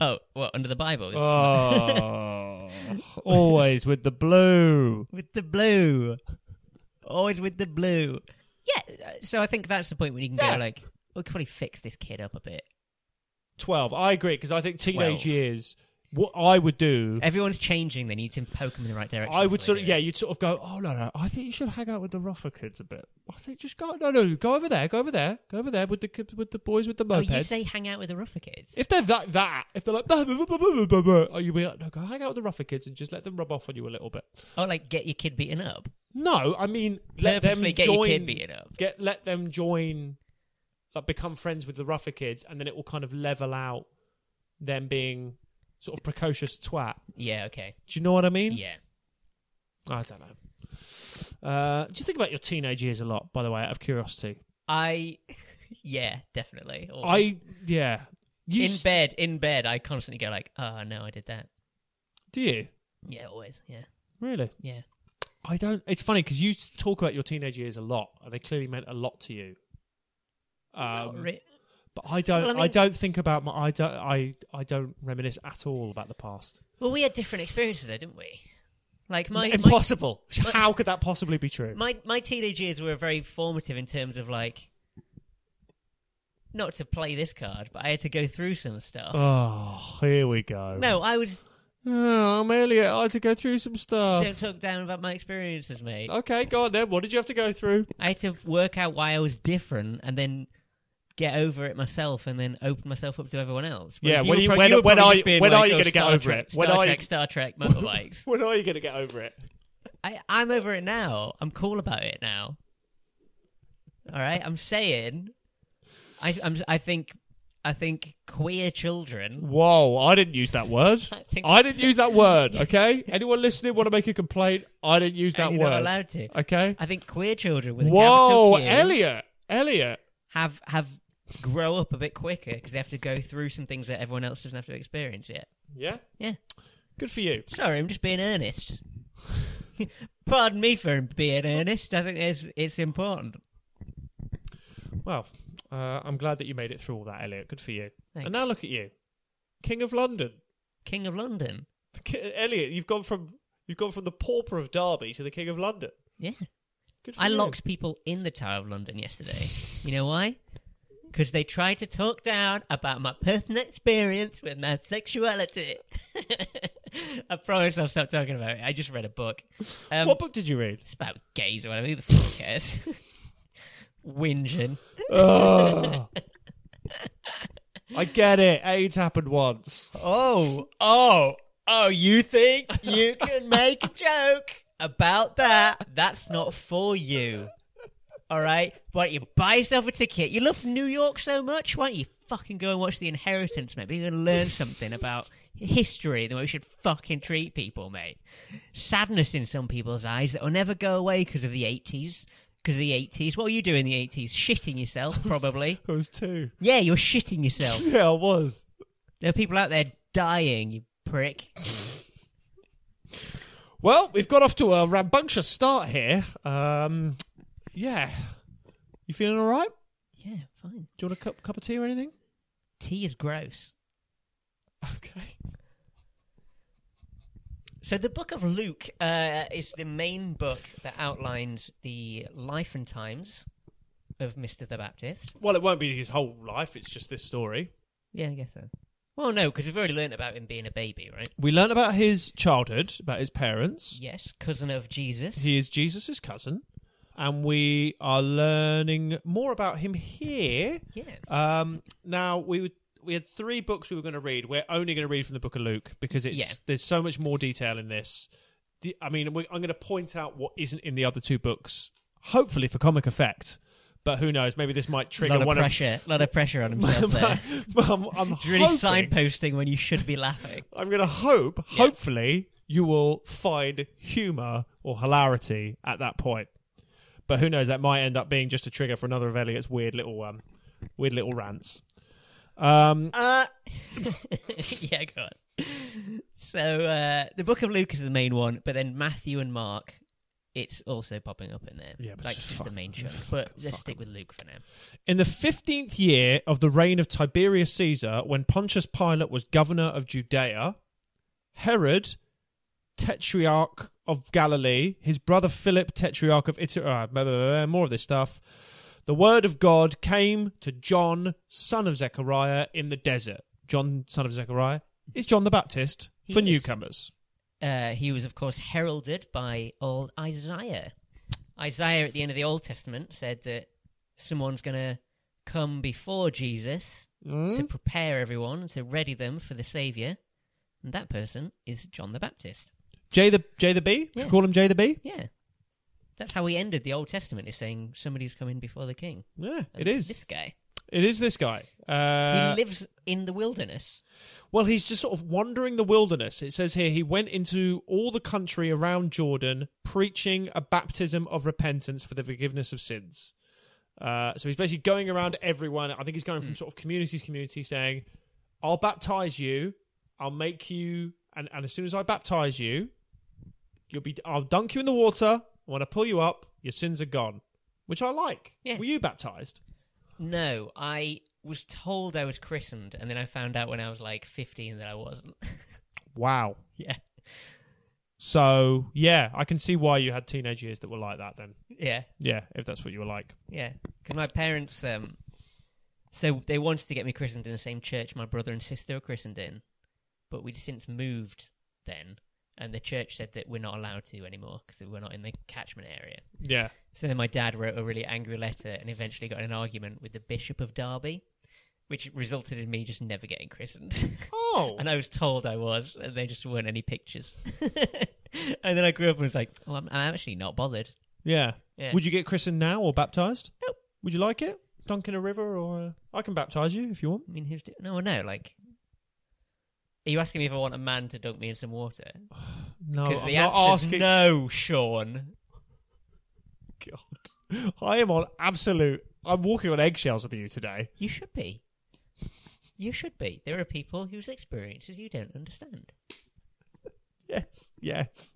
[SPEAKER 1] oh, well, under the Bible
[SPEAKER 2] Oh, always with the blue.
[SPEAKER 1] with the blue, always with the blue. Yeah, uh, so I think that's the point when you can
[SPEAKER 2] Yeah.
[SPEAKER 1] go like, we could probably fix this kid up a bit.
[SPEAKER 2] 12. I agree, because I think teenage
[SPEAKER 1] Twelve.
[SPEAKER 2] years, what I would do,
[SPEAKER 1] Everyone's changing; they need to poke them in the right direction.
[SPEAKER 2] I would
[SPEAKER 1] before
[SPEAKER 2] sort
[SPEAKER 1] they
[SPEAKER 2] of,
[SPEAKER 1] do
[SPEAKER 2] yeah,
[SPEAKER 1] it.
[SPEAKER 2] you'd sort of go, oh, no, no, I think you should hang out with the rougher kids a bit. I think just go, no, no, go over there, go over there, go over there with the kids, with the boys with the
[SPEAKER 1] Oh,
[SPEAKER 2] mopeds.
[SPEAKER 1] you say hang out with the rougher kids?
[SPEAKER 2] if they're that, that, if they're like, blah, blah, blah, blah, blah, blah, blah, oh, you'd be like, no, go hang out with the rougher kids and just let them rub off on you a little bit.
[SPEAKER 1] Oh, like get your kid beaten up.
[SPEAKER 2] No, I mean, let them
[SPEAKER 1] Purposefully get your
[SPEAKER 2] join,
[SPEAKER 1] kid beaten up.
[SPEAKER 2] get let them join like become friends with the rougher kids and then it will kind of level out them being sort of precocious twat
[SPEAKER 1] Yeah. Okay.
[SPEAKER 2] do you know what i mean
[SPEAKER 1] Yeah.
[SPEAKER 2] Oh, i don't know uh, do you think about your teenage years a lot by the way out of curiosity
[SPEAKER 1] I. Yeah, definitely. Or
[SPEAKER 2] i yeah you
[SPEAKER 1] in
[SPEAKER 2] s-
[SPEAKER 1] bed, in bed, I constantly go like, "Oh no, I did that."
[SPEAKER 2] do you
[SPEAKER 1] Yeah, always. Yeah,
[SPEAKER 2] really
[SPEAKER 1] yeah.
[SPEAKER 2] i don't it's funny because you s- talk about your teenage years a lot and they clearly meant a lot to you
[SPEAKER 1] Not
[SPEAKER 2] um,
[SPEAKER 1] re-
[SPEAKER 2] but I don't.
[SPEAKER 1] Well, I
[SPEAKER 2] I
[SPEAKER 1] mean-
[SPEAKER 2] don't think about my. I don't. I. I don't reminisce at all about the past.
[SPEAKER 1] well, we had different experiences, though, didn't we? Like my my,
[SPEAKER 2] Impossible. How could that possibly be true?
[SPEAKER 1] my my teenage years were very formative in terms of like, not to play this card, but I had to go through some stuff.
[SPEAKER 2] Oh, here we go.
[SPEAKER 1] no, I was
[SPEAKER 2] Oh, I'm Elliot. I had to go through some stuff.
[SPEAKER 1] don't talk down about my experiences, mate.
[SPEAKER 2] Okay, go on then. What did you have to go through?
[SPEAKER 1] I had to work out why I was different and then get over it myself and then open myself up to everyone else.
[SPEAKER 2] Yeah,
[SPEAKER 1] if
[SPEAKER 2] when
[SPEAKER 1] were
[SPEAKER 2] you-
[SPEAKER 1] prob-
[SPEAKER 2] when-
[SPEAKER 1] were
[SPEAKER 2] when
[SPEAKER 1] probably
[SPEAKER 2] are
[SPEAKER 1] just
[SPEAKER 2] you-
[SPEAKER 1] being
[SPEAKER 2] when
[SPEAKER 1] like,
[SPEAKER 2] are you
[SPEAKER 1] "Oh,
[SPEAKER 2] gonna get
[SPEAKER 1] Star
[SPEAKER 2] over
[SPEAKER 1] Trek-
[SPEAKER 2] it? When
[SPEAKER 1] Star
[SPEAKER 2] are
[SPEAKER 1] Trek,
[SPEAKER 2] you-
[SPEAKER 1] Star Trek, motorbikes.
[SPEAKER 2] When are you going to get over it?
[SPEAKER 1] I, I'm over it now. I'm cool about it now. All right, I'm saying, I, I'm, I think, I think queer children.
[SPEAKER 2] Whoa, I didn't use that word.
[SPEAKER 1] I think
[SPEAKER 2] I didn't use that word, okay? Anyone listening want to make a complaint? I didn't use that
[SPEAKER 1] you're
[SPEAKER 2] word.
[SPEAKER 1] not allowed to.
[SPEAKER 2] Okay?
[SPEAKER 1] I think queer children with a
[SPEAKER 2] Whoa,
[SPEAKER 1] capital Q
[SPEAKER 2] Elliot. Elliot.
[SPEAKER 1] have have grow up a bit quicker because they have to go through some things that everyone else doesn't have to experience yet.
[SPEAKER 2] Yeah?
[SPEAKER 1] Yeah.
[SPEAKER 2] Good for you.
[SPEAKER 1] Sorry, I'm just being earnest. Pardon me for being earnest. I think it's it's important.
[SPEAKER 2] Well, uh, I'm glad that you made it through all that, Elliot. Good for you.
[SPEAKER 1] Thanks.
[SPEAKER 2] And now look at you. King of London.
[SPEAKER 1] King of London.
[SPEAKER 2] Ki- Elliot, you've gone from you've gone from the pauper of Derby to the King of London.
[SPEAKER 1] Yeah.
[SPEAKER 2] Good for
[SPEAKER 1] I
[SPEAKER 2] you.
[SPEAKER 1] locked people in the Tower of London yesterday. You know why? Because they tried to talk down about my personal experience with my sexuality. I promise I'll stop talking about it. I just read a book. Um,
[SPEAKER 2] what book did you read?
[SPEAKER 1] It's about gays or whatever. Who the fuck cares? Whinging.
[SPEAKER 2] I get it. AIDS happened once.
[SPEAKER 1] Oh, oh, oh, you think you can make a joke about that? That's not for you. All right? Why don't you buy yourself a ticket? You love New York so much. Why don't you fucking go and watch The Inheritance, mate? You're going to learn something about history, the way we should fucking treat people, mate. Sadness in some people's eyes that will never go away because of the 80s. Because of the 80s. What were you doing in the 80s? Shitting yourself, probably.
[SPEAKER 2] I was two.
[SPEAKER 1] yeah, you're shitting yourself.
[SPEAKER 2] Yeah, I was.
[SPEAKER 1] There are people out there dying, you prick.
[SPEAKER 2] Well, we've got off to a rambunctious start here. Um, yeah. You feeling all right?
[SPEAKER 1] Yeah, fine.
[SPEAKER 2] Do you want a cup, cup of tea or anything?
[SPEAKER 1] Tea is gross.
[SPEAKER 2] Okay.
[SPEAKER 1] So the Book of Luke uh, is the main book that outlines the life and times of Mister the Baptist.
[SPEAKER 2] Well, it won't be his whole life. It's just this story.
[SPEAKER 1] Yeah, I guess so. Well, no, because we've already learned about him being a baby, right?
[SPEAKER 2] We learn about his childhood, about his parents.
[SPEAKER 1] Yes, cousin of Jesus.
[SPEAKER 2] He is Jesus' cousin, and we are learning more about him here.
[SPEAKER 1] yeah.
[SPEAKER 2] Um, now we would, we had three books we were going to read. We're only going to read from the Book of Luke because it's
[SPEAKER 1] Yeah.
[SPEAKER 2] there's so much more detail in this. The, I mean, we, I'm going to point out what isn't in the other two books, hopefully for comic effect. But who knows? Maybe this might trigger
[SPEAKER 1] lot of
[SPEAKER 2] one
[SPEAKER 1] pressure, lot of pressure on himself
[SPEAKER 2] of.
[SPEAKER 1] there.
[SPEAKER 2] I'm, I'm
[SPEAKER 1] It's really
[SPEAKER 2] hoping-
[SPEAKER 1] signposting when you should be laughing.
[SPEAKER 2] I'm going to hope,
[SPEAKER 1] Yeah.
[SPEAKER 2] hopefully, you will find humour or hilarity at that point. But who knows? That might end up being just a trigger for another of Elliot's weird little um, weird little rants. Um,
[SPEAKER 1] Uh, yeah, go on. So uh, the Book of Luke is the main one, but then Matthew and Mark, it's also popping up in there.
[SPEAKER 2] Yeah, but
[SPEAKER 1] like
[SPEAKER 2] just
[SPEAKER 1] just the
[SPEAKER 2] fuck-
[SPEAKER 1] main chunk.
[SPEAKER 2] fuck-
[SPEAKER 1] But let's
[SPEAKER 2] fuck
[SPEAKER 1] stick with Luke for now.
[SPEAKER 2] in the fifteenth year of the reign of Tiberius Caesar, when Pontius Pilate was governor of Judea, Herod, tetrarch of Galilee, his brother Philip, tetrarch of Italy, uh, blah, blah, blah, blah, more of this stuff. The word of God came to John, son of Zechariah, in the desert. John, son of Zechariah, is John the Baptist
[SPEAKER 1] He
[SPEAKER 2] for
[SPEAKER 1] is.
[SPEAKER 2] newcomers.
[SPEAKER 1] Uh, he was, of course, heralded by old Isaiah. Isaiah, at the end of the Old Testament, said that someone's going to come before Jesus to prepare everyone, to ready them for the Saviour. And that person is John the Baptist.
[SPEAKER 2] J the J the B. Should
[SPEAKER 1] Yeah.
[SPEAKER 2] we call him J the B.
[SPEAKER 1] Yeah. That's how we ended the Old Testament, is saying somebody's coming before the king.
[SPEAKER 2] Yeah,
[SPEAKER 1] And
[SPEAKER 2] it
[SPEAKER 1] it's
[SPEAKER 2] is.
[SPEAKER 1] This guy.
[SPEAKER 2] It is this guy.
[SPEAKER 1] He
[SPEAKER 2] Uh,
[SPEAKER 1] lives in the wilderness.
[SPEAKER 2] Well, he's just sort of wandering the wilderness. It says here he went into all the country around Jordan, preaching a baptism of repentance for the forgiveness of sins. Uh, so he's basically going around everyone. I think he's going from sort of community to community saying, I'll baptize you, I'll make you, and, and as soon as I baptize you, you'll be, I'll dunk you in the water. When I pull you up, your sins are gone, which I like.
[SPEAKER 1] Yeah.
[SPEAKER 2] Were you baptized?
[SPEAKER 1] No, I was told I was christened, and then I found out when I was like 15 that I wasn't.
[SPEAKER 2] Wow.
[SPEAKER 1] yeah.
[SPEAKER 2] So, yeah, I can see why you had teenage years that were like that then.
[SPEAKER 1] Yeah.
[SPEAKER 2] Yeah, if that's what you were like.
[SPEAKER 1] Yeah, because my parents, um, so they wanted to get me christened in the same church my brother and sister were christened in, but we'd since moved then, and the church said that we're not allowed to anymore because we're not in the catchment area.
[SPEAKER 2] Yeah.
[SPEAKER 1] So then my dad wrote a really angry letter and eventually got in an argument with the Bishop of Derby, which resulted in me just never getting christened.
[SPEAKER 2] Oh.
[SPEAKER 1] and I was told I was, and there just weren't any pictures. and then I grew up and was like, well, I'm, I'm actually not bothered.
[SPEAKER 2] yeah.
[SPEAKER 1] Yeah.
[SPEAKER 2] Would you get christened now or baptized?
[SPEAKER 1] Nope.
[SPEAKER 2] Would you like it? Dunk in a river or uh, I can baptize you if you want.
[SPEAKER 1] I mean, who's do- no, no, like. Are you asking me if I want a man to dunk me in some water?
[SPEAKER 2] No,
[SPEAKER 1] Because
[SPEAKER 2] Oh, I'm
[SPEAKER 1] the
[SPEAKER 2] not
[SPEAKER 1] answer's
[SPEAKER 2] asking.
[SPEAKER 1] no, Sean.
[SPEAKER 2] God. I am on absolute. I'm walking on eggshells with you today.
[SPEAKER 1] You should be. You should be. There are people whose experiences you don't understand.
[SPEAKER 2] Yes. Yes.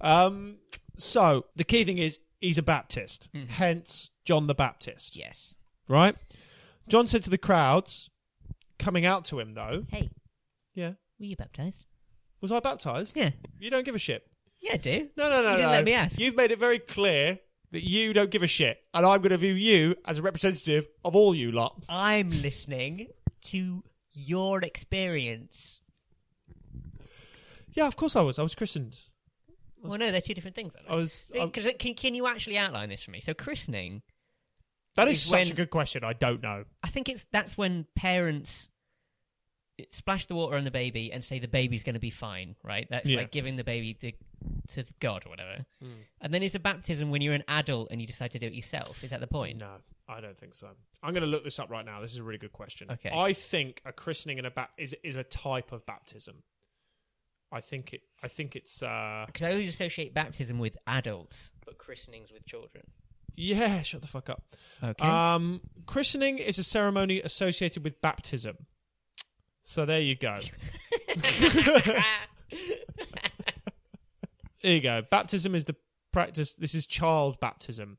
[SPEAKER 2] Um. So the key thing is he's a Baptist,
[SPEAKER 1] Hmm.
[SPEAKER 2] hence John the Baptist.
[SPEAKER 1] Yes.
[SPEAKER 2] Right. John said to the crowds coming out to him though.
[SPEAKER 1] Hey,
[SPEAKER 2] Yeah.
[SPEAKER 1] were you baptized?
[SPEAKER 2] Was I baptized?
[SPEAKER 1] Yeah.
[SPEAKER 2] You don't give a shit.
[SPEAKER 1] Yeah, I do.
[SPEAKER 2] No, no, no,
[SPEAKER 1] You didn't
[SPEAKER 2] no.
[SPEAKER 1] let me ask.
[SPEAKER 2] You've made it very clear that you don't give a shit, and I'm going to view you as a representative of all you lot.
[SPEAKER 1] I'm listening to your experience.
[SPEAKER 2] Yeah, of course I was. I was christened.
[SPEAKER 1] Well, no, they're two different things.
[SPEAKER 2] I was. um, I,
[SPEAKER 1] Because uh, can, can you actually outline this for me? So, christening,
[SPEAKER 2] that is
[SPEAKER 1] is
[SPEAKER 2] such
[SPEAKER 1] when-
[SPEAKER 2] a good question. I don't know.
[SPEAKER 1] I think it's that's when parents splash the water on the baby and say the baby's going to be fine, right? That's
[SPEAKER 2] Yeah. Hmm.
[SPEAKER 1] like giving the baby the, to God or whatever. And then is a baptism when you're an adult and you decide to do it yourself? Is that the point?
[SPEAKER 2] No, I don't think so. I'm going to look this up right now. This is a really good question.
[SPEAKER 1] Okay.
[SPEAKER 2] I think a christening and a bat is is a type of baptism. I think it. I think it's. uh
[SPEAKER 1] Because I always associate baptism with adults, but christenings with children.
[SPEAKER 2] Yeah, shut the fuck up.
[SPEAKER 1] Okay.
[SPEAKER 2] Um, christening is a ceremony associated with baptism. So there you go. Ah. There you go. Baptism is the practice. This is child baptism.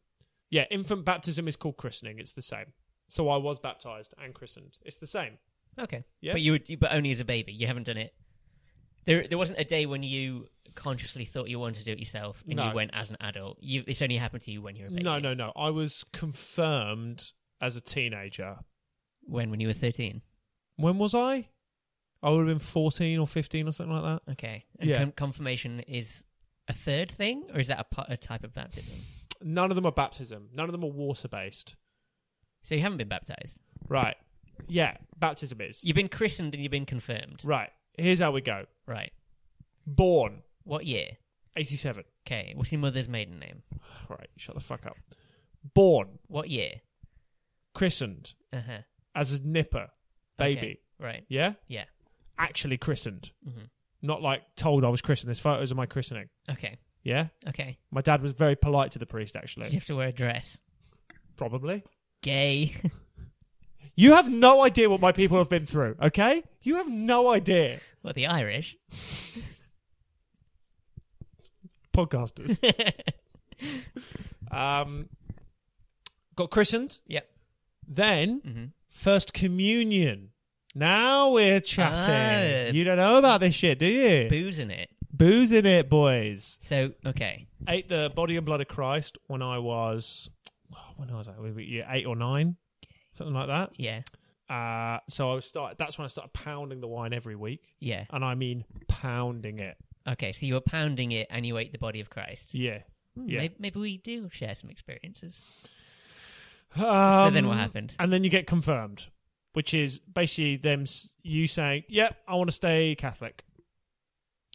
[SPEAKER 2] Yeah, infant baptism is called christening. It's the same. So I was baptized and christened. It's the same.
[SPEAKER 1] okay.
[SPEAKER 2] Yeah.
[SPEAKER 1] But you would, but only as a baby. You haven't done it. There, there wasn't a day when you consciously thought you wanted to do it yourself, and
[SPEAKER 2] No.
[SPEAKER 1] you went as an adult. You, it's only happened to you when you were a baby.
[SPEAKER 2] No, no, no. I was confirmed as a teenager.
[SPEAKER 1] When, when you were thirteen.
[SPEAKER 2] When was I? I would have been 14 or 15 or something like that.
[SPEAKER 1] Okay. And
[SPEAKER 2] Yeah.
[SPEAKER 1] con- confirmation is a third thing, or is that a, pa- a type of baptism?
[SPEAKER 2] None of them are baptism. None of them are water based.
[SPEAKER 1] So you haven't been baptized.
[SPEAKER 2] Right. Yeah, baptism is.
[SPEAKER 1] You've been christened and you've been confirmed.
[SPEAKER 2] Right. Here's how we go.
[SPEAKER 1] Right.
[SPEAKER 2] Born
[SPEAKER 1] What year?
[SPEAKER 2] 87.
[SPEAKER 1] Okay. What's your mother's maiden name?
[SPEAKER 2] Right. Shut the fuck up. born,
[SPEAKER 1] What year?
[SPEAKER 2] christened
[SPEAKER 1] Uh huh.
[SPEAKER 2] as a nipper baby.
[SPEAKER 1] Right.
[SPEAKER 2] Yeah?
[SPEAKER 1] Yeah.
[SPEAKER 2] Actually christened.
[SPEAKER 1] Mhm.
[SPEAKER 2] Not like told I was christened. There's photos of my christening.
[SPEAKER 1] Okay.
[SPEAKER 2] Yeah?
[SPEAKER 1] Okay.
[SPEAKER 2] My dad was very polite to the priest, actually.
[SPEAKER 1] Did you have to wear a dress?
[SPEAKER 2] Probably.
[SPEAKER 1] Gay.
[SPEAKER 2] You have no idea what my people have been through, okay? You have no idea.
[SPEAKER 1] well, the Irish.
[SPEAKER 2] Podcasters. um, got christened.
[SPEAKER 1] Yep.
[SPEAKER 2] Then,
[SPEAKER 1] hmm
[SPEAKER 2] First Communion. Now we're chatting.
[SPEAKER 1] Ah.
[SPEAKER 2] you don't know about this shit, do you?
[SPEAKER 1] Booze in it.
[SPEAKER 2] Booze in it, boys.
[SPEAKER 1] So okay.
[SPEAKER 2] Ate the body and blood of Christ when I was, when I was I? We were- yeah, eight or nine, something like that.
[SPEAKER 1] Yeah.
[SPEAKER 2] Uh, so I started. That's when I started pounding the wine every week,
[SPEAKER 1] Yeah.
[SPEAKER 2] and I mean pounding it.
[SPEAKER 1] Okay. So you were pounding it, and you ate the body of Christ.
[SPEAKER 2] Yeah.
[SPEAKER 1] Hmm,
[SPEAKER 2] Yeah.
[SPEAKER 1] Maybe, maybe we do share some experiences.
[SPEAKER 2] Um,
[SPEAKER 1] then what happened?
[SPEAKER 2] And then you get confirmed, which is basically them s- you saying, "Yep, I want to stay Catholic."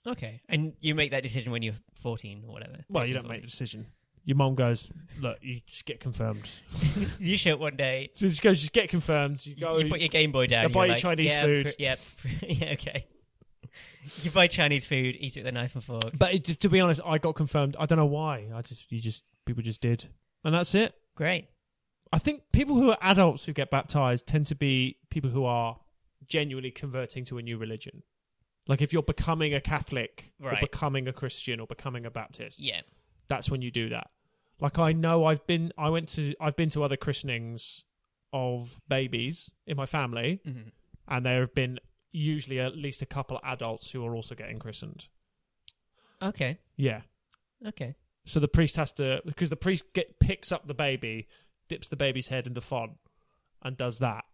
[SPEAKER 1] Okay. And you make that decision when you're 14 or whatever.
[SPEAKER 2] Well, you
[SPEAKER 1] 13,
[SPEAKER 2] don't make the decision. Your mom goes, "Look, you just get confirmed."
[SPEAKER 1] 14. you show up one day.
[SPEAKER 2] So she goes, "Just get confirmed." You go.
[SPEAKER 1] you put your Game Boy down.
[SPEAKER 2] I
[SPEAKER 1] and
[SPEAKER 2] buy
[SPEAKER 1] you're
[SPEAKER 2] you
[SPEAKER 1] like,
[SPEAKER 2] Chinese
[SPEAKER 1] yeah,
[SPEAKER 2] food.
[SPEAKER 1] Pr- yeah, pr- yeah, okay. You buy Chinese food, eat it with a knife and fork.
[SPEAKER 2] but it, to be honest, I got confirmed. I don't know why. I just you just people just did, and that's it.
[SPEAKER 1] Great.
[SPEAKER 2] I think people who are adults who get baptized tend to be people who are genuinely converting to a new religion. Like if you're becoming a Catholic
[SPEAKER 1] Right.
[SPEAKER 2] or becoming a Christian or becoming a Baptist,
[SPEAKER 1] Yeah.
[SPEAKER 2] that's when you do that. Like I know I've been I went to I've been to other christenings of babies in my family
[SPEAKER 1] Mhm.
[SPEAKER 2] and there have been usually at least a couple adults who are also getting christened.
[SPEAKER 1] Okay.
[SPEAKER 2] Yeah.
[SPEAKER 1] Okay.
[SPEAKER 2] So the priest has to because the priest get picks up the baby, dips the baby's head in the font, and does that.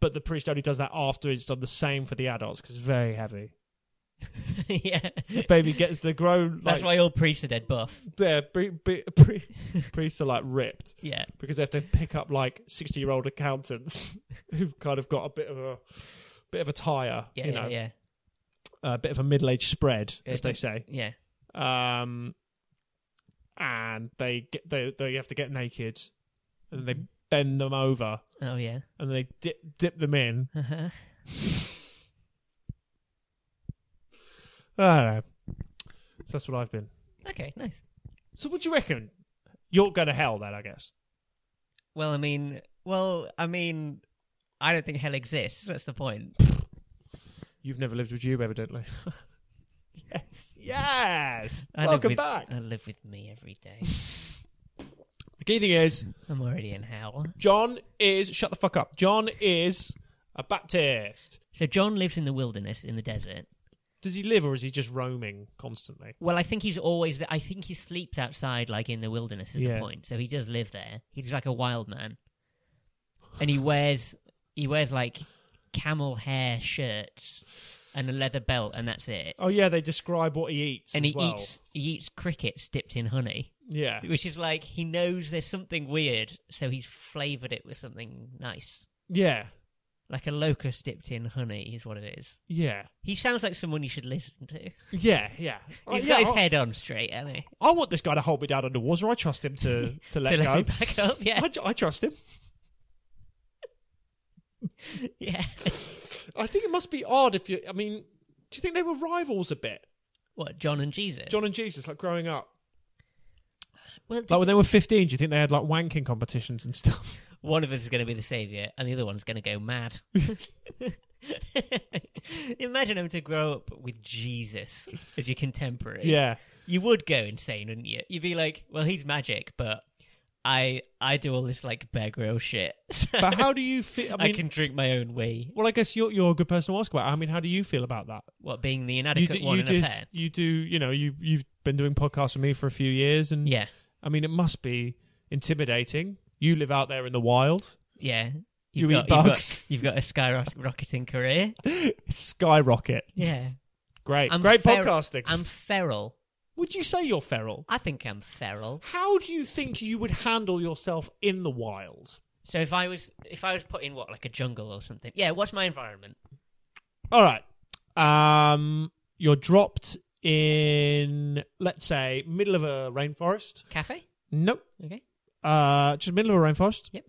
[SPEAKER 2] But the priest only does that after it's done the same for the adults because it's very heavy.
[SPEAKER 1] yeah.
[SPEAKER 2] The baby gets the grown. Like,
[SPEAKER 1] That's why all priests are dead buff.
[SPEAKER 2] they're pre, pre, pre, priests are like ripped
[SPEAKER 1] Yeah.
[SPEAKER 2] because they have to pick up like sixty-year-old accountants who've kind of got a bit of a bit of a tire,
[SPEAKER 1] Yeah.
[SPEAKER 2] you
[SPEAKER 1] yeah,
[SPEAKER 2] know,
[SPEAKER 1] yeah.
[SPEAKER 2] a bit of a middle-aged spread, as
[SPEAKER 1] Uh,
[SPEAKER 2] they say.
[SPEAKER 1] Yeah.
[SPEAKER 2] um, and they get they they have to get naked, and they bend them over,
[SPEAKER 1] Oh yeah.
[SPEAKER 2] and they dip dip them in.
[SPEAKER 1] Uh-huh.
[SPEAKER 2] I don't know. So that's what I've been.
[SPEAKER 1] Okay. Nice.
[SPEAKER 2] So what do you reckon? You're going to hell then, I guess.
[SPEAKER 1] Well, I mean, well, I mean, I don't think hell exists. That's the point.
[SPEAKER 2] You've never lived with you, evidently. yes, yes.
[SPEAKER 1] I live
[SPEAKER 2] Welcome
[SPEAKER 1] with-
[SPEAKER 2] back.
[SPEAKER 1] I live with me every day.
[SPEAKER 2] The key thing is
[SPEAKER 1] I'm already in hell.
[SPEAKER 2] John is shut the fuck up. John is a Baptist.
[SPEAKER 1] So John lives in the wilderness in the desert.
[SPEAKER 2] Does he live or is he just roaming constantly?
[SPEAKER 1] Well, I think he's always. I think he sleeps outside, like in the wilderness. Is
[SPEAKER 2] Yeah.
[SPEAKER 1] the point? So he does live there. He's like a wild man, and he wears he wears like camel hair shirts and a leather belt, and that's it.
[SPEAKER 2] Oh yeah, they describe what he eats.
[SPEAKER 1] and
[SPEAKER 2] as
[SPEAKER 1] he
[SPEAKER 2] well.
[SPEAKER 1] eats he eats crickets dipped in honey,
[SPEAKER 2] Yeah.
[SPEAKER 1] which is like he knows there's something weird, so he's flavored it with something nice,
[SPEAKER 2] Yeah.
[SPEAKER 1] like a locust dipped in honey is what it is.
[SPEAKER 2] Yeah.
[SPEAKER 1] He sounds like someone you should listen to.
[SPEAKER 2] Yeah, yeah.
[SPEAKER 1] He's
[SPEAKER 2] Oh, yeah,
[SPEAKER 1] got his
[SPEAKER 2] I,
[SPEAKER 1] head on straight, hasn't he?
[SPEAKER 2] I want this guy to hold me down underwater. I trust him to, to let
[SPEAKER 1] to
[SPEAKER 2] go.
[SPEAKER 1] let me back up, yeah,
[SPEAKER 2] I, I trust him.
[SPEAKER 1] yeah.
[SPEAKER 2] I think it must be odd if you. I mean, do you think they were rivals a bit?
[SPEAKER 1] What John and Jesus?
[SPEAKER 2] John Oh. and Jesus, like growing up.
[SPEAKER 1] well,
[SPEAKER 2] Like when they were 15, do you think they had like wanking competitions and stuff?
[SPEAKER 1] one of us is going to be the savior, and the other one's going to go mad. Imagine him to grow up with Jesus as your contemporary.
[SPEAKER 2] Yeah.
[SPEAKER 1] you would go insane, wouldn't you? You'd be like, "Well, he's magic, but I I do all this like Bear Grylls shit. I,
[SPEAKER 2] But how do you feel? I mean,
[SPEAKER 1] can drink my own wee."
[SPEAKER 2] well, I guess you're, you're a good person to ask about. I mean, how do you feel about that?
[SPEAKER 1] What being the
[SPEAKER 2] You,
[SPEAKER 1] inadequate
[SPEAKER 2] do-
[SPEAKER 1] one
[SPEAKER 2] you
[SPEAKER 1] in a
[SPEAKER 2] just,
[SPEAKER 1] pair?
[SPEAKER 2] you do, you know, you, you've been doing podcasts with me for a few years. And
[SPEAKER 1] Yeah,
[SPEAKER 2] I mean, it must be intimidating. You live out there in the wild,
[SPEAKER 1] yeah.
[SPEAKER 2] you eat
[SPEAKER 1] got,
[SPEAKER 2] bugs.
[SPEAKER 1] You've got, you've got a skyrocketing career.
[SPEAKER 2] It's skyrocket.
[SPEAKER 1] Yeah,
[SPEAKER 2] Great.
[SPEAKER 1] I'm
[SPEAKER 2] Great
[SPEAKER 1] fer-
[SPEAKER 2] podcasting.
[SPEAKER 1] I'm feral.
[SPEAKER 2] Would you say you're feral?
[SPEAKER 1] I think I'm feral.
[SPEAKER 2] How do you think you would handle yourself in the wild?
[SPEAKER 1] So if I was if I was put in what like a jungle or something, yeah. What's my environment?
[SPEAKER 2] All right. Um, you're dropped in, let's say, middle of a rainforest.
[SPEAKER 1] Cafe.
[SPEAKER 2] Nope.
[SPEAKER 1] Okay.
[SPEAKER 2] Uh, just middle of a rainforest.
[SPEAKER 1] Yep.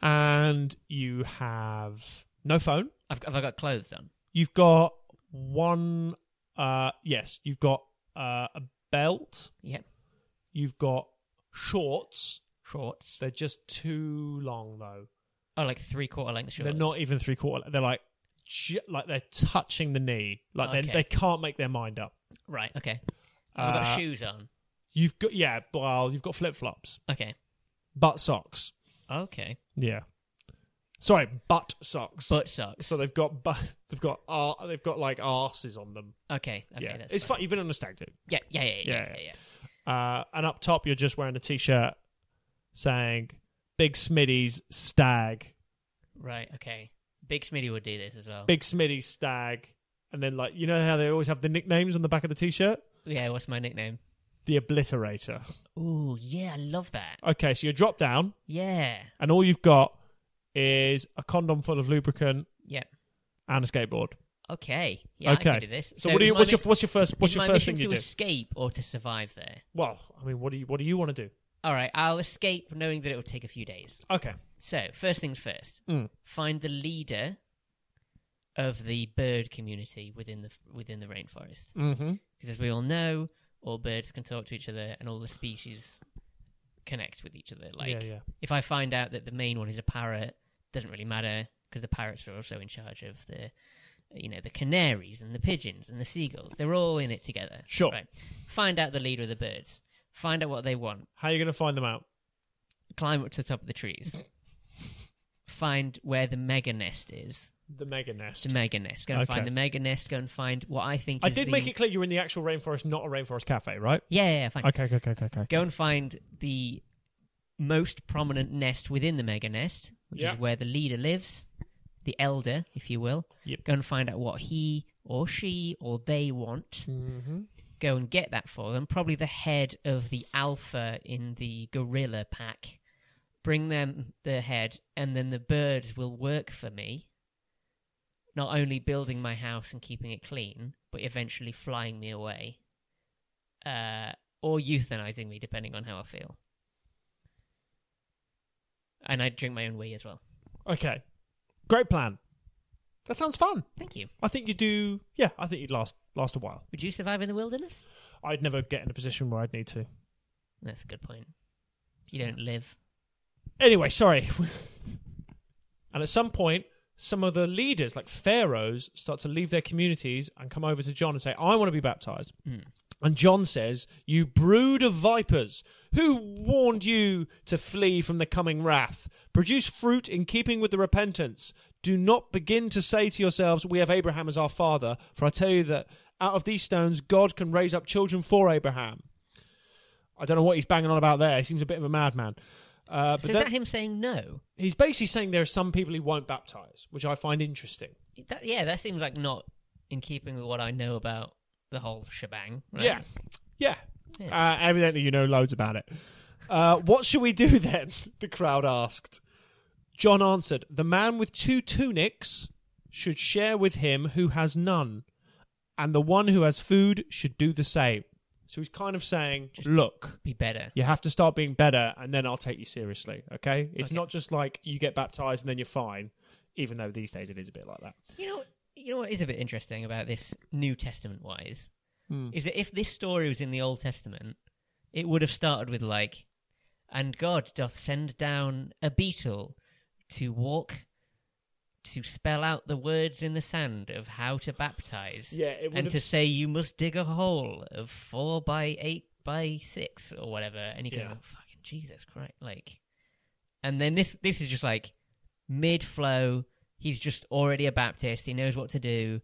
[SPEAKER 2] And you have no phone.
[SPEAKER 1] I've, got- have I got clothes on?
[SPEAKER 2] You've got one. Uh, yes, you've got uh, a belt.
[SPEAKER 1] Yep.
[SPEAKER 2] You've got shorts.
[SPEAKER 1] Shorts.
[SPEAKER 2] They're just too long though.
[SPEAKER 1] Oh, like three quarter length shorts.
[SPEAKER 2] They're not e- even three quarter. They're like, ju- like they're touching the knee. Like they
[SPEAKER 1] Okay.
[SPEAKER 2] they can't make their mind up.
[SPEAKER 1] Right. Okay. I've got
[SPEAKER 2] Uh,
[SPEAKER 1] shoes on.
[SPEAKER 2] You've got yeah. Well, you've got flip flops,
[SPEAKER 1] Okay.
[SPEAKER 2] butt socks.
[SPEAKER 1] Okay.
[SPEAKER 2] Yeah. Sorry, butt socks.
[SPEAKER 1] Butt socks.
[SPEAKER 2] so they've got bu- they've got ar- they've got like arses on them.
[SPEAKER 1] okay. Okay.
[SPEAKER 2] yeah,
[SPEAKER 1] That's
[SPEAKER 2] it's
[SPEAKER 1] fine.
[SPEAKER 2] fun. You've been on a stag do.
[SPEAKER 1] Yeah, yeah, yeah, yeah,
[SPEAKER 2] Yeah,
[SPEAKER 1] yeah,
[SPEAKER 2] yeah.
[SPEAKER 1] yeah.
[SPEAKER 2] Uh, and up top, you're just wearing a t-shirt saying "Big Smitty's Stag."
[SPEAKER 1] Right. Okay. Big Smitty would do this as well.
[SPEAKER 2] Big Smitty's Stag. And then, like, you know how they always have the nicknames on the back of the t shirt?
[SPEAKER 1] Yeah. What's my nickname?
[SPEAKER 2] The Obliterator.
[SPEAKER 1] Ooh, yeah. I love that.
[SPEAKER 2] Okay, so you drop down,
[SPEAKER 1] Yeah.
[SPEAKER 2] and all you've got is a condom full of lubricant
[SPEAKER 1] Yeah.
[SPEAKER 2] and a skateboard.
[SPEAKER 1] Okay. Yeah. I
[SPEAKER 2] Okay.
[SPEAKER 1] can do this.
[SPEAKER 2] So, what do you,
[SPEAKER 1] is my
[SPEAKER 2] what's, your,
[SPEAKER 1] mi-
[SPEAKER 2] what's your first, what's
[SPEAKER 1] is
[SPEAKER 2] your
[SPEAKER 1] my
[SPEAKER 2] first
[SPEAKER 1] mission
[SPEAKER 2] thing you
[SPEAKER 1] to
[SPEAKER 2] do?
[SPEAKER 1] escape or to survive there?
[SPEAKER 2] well, I mean, what do you, what do you want to do?
[SPEAKER 1] All right. I'll escape, knowing that it will take a few days.
[SPEAKER 2] Okay.
[SPEAKER 1] So first things first.
[SPEAKER 2] Mm.
[SPEAKER 1] Find the leader of the bird community within the within the rainforest.
[SPEAKER 2] Mm-hmm.
[SPEAKER 1] Because as we all know, all birds can talk to each other and all the species connect with each other. Like,
[SPEAKER 2] yeah, yeah.
[SPEAKER 1] if I find out that the main one is a parrot, doesn't really matter because the parrots are also in charge of the, you know, the canaries and the pigeons and the seagulls. They're all in it together.
[SPEAKER 2] Sure.
[SPEAKER 1] Right. Find out the leader of the birds. Find out what they want.
[SPEAKER 2] How are you going to find them out?
[SPEAKER 1] Climb up to the top of the trees. find where the mega nest is.
[SPEAKER 2] The mega nest.
[SPEAKER 1] The mega nest. Go and
[SPEAKER 2] Okay.
[SPEAKER 1] find the mega nest. Go and find what I think.
[SPEAKER 2] I
[SPEAKER 1] is
[SPEAKER 2] did
[SPEAKER 1] the-
[SPEAKER 2] make it clear you were in the actual rainforest, not a rainforest cafe, right?
[SPEAKER 1] Yeah, yeah, yeah fine.
[SPEAKER 2] Okay, okay, okay, okay. okay.
[SPEAKER 1] go and find the most prominent nest within the mega nest, which
[SPEAKER 2] Yeah.
[SPEAKER 1] is where the leader lives, the elder, if you will.
[SPEAKER 2] Yep.
[SPEAKER 1] Go and find out what he or she or they want.
[SPEAKER 2] Mm-hmm.
[SPEAKER 1] Go and get that for them. Probably the head of the alpha in the gorilla pack. Bring them the head, and then the birds will work for me. Not only building my house and keeping it clean, but eventually flying me away, uh, or euthanizing me, depending on how I feel. And I drink my own wee as well.
[SPEAKER 2] Okay. Great plan. That sounds fun.
[SPEAKER 1] Thank you.
[SPEAKER 2] I think you do. Yeah, I think you'd last last a while.
[SPEAKER 1] Would you survive in the wilderness?
[SPEAKER 2] I'd never get in a position where I'd need to.
[SPEAKER 1] That's a good point. You don't live.
[SPEAKER 2] Anyway, sorry. and at some point, some of the leaders, like pharaohs, start to leave their communities and come over to John and say, "I want to be baptized."
[SPEAKER 1] Mm.
[SPEAKER 2] And John says, "You brood of vipers, who warned you to flee from the coming wrath? Produce fruit in keeping with the repentance. Do not begin to say to yourselves, we have Abraham as our father, for I tell you that out of these stones God can raise up children for Abraham." I don't know what he's banging on about there. He seems a bit of a madman. Uh, but
[SPEAKER 1] So is
[SPEAKER 2] that-
[SPEAKER 1] that him saying no?
[SPEAKER 2] he's basically saying there are some people he won't baptize, which I find interesting.
[SPEAKER 1] That, yeah, that seems like not in keeping with what I know about the whole shebang. right?
[SPEAKER 2] Yeah. Yeah. Uh, evidently, you know loads about it. Uh, what should we do then? The crowd asked. John answered, The man with two tunics should share with him who has none, and the one who has food should do the same. So he's kind of saying, Look,
[SPEAKER 1] Be better.
[SPEAKER 2] you have to start being better, and then I'll take you seriously, okay? It's
[SPEAKER 1] Okay.
[SPEAKER 2] not just like you get baptized and then you're fine, even though these days it is a bit like that.
[SPEAKER 1] You know, you know what is a bit interesting about this New Testament wise
[SPEAKER 2] Hmm.
[SPEAKER 1] is that if this story was in the Old Testament, it would have started with like, "And God doth send down a beetle to walk." To spell out the words in the sand of how to baptize,
[SPEAKER 2] Yeah, it
[SPEAKER 1] and
[SPEAKER 2] would
[SPEAKER 1] to say you must dig a hole of four by eight by six or whatever, and you go,
[SPEAKER 2] Yeah.
[SPEAKER 1] oh, "Fucking Jesus Christ!" Like, and then this this is just like mid flow. He's just already a Baptist. He knows what to do.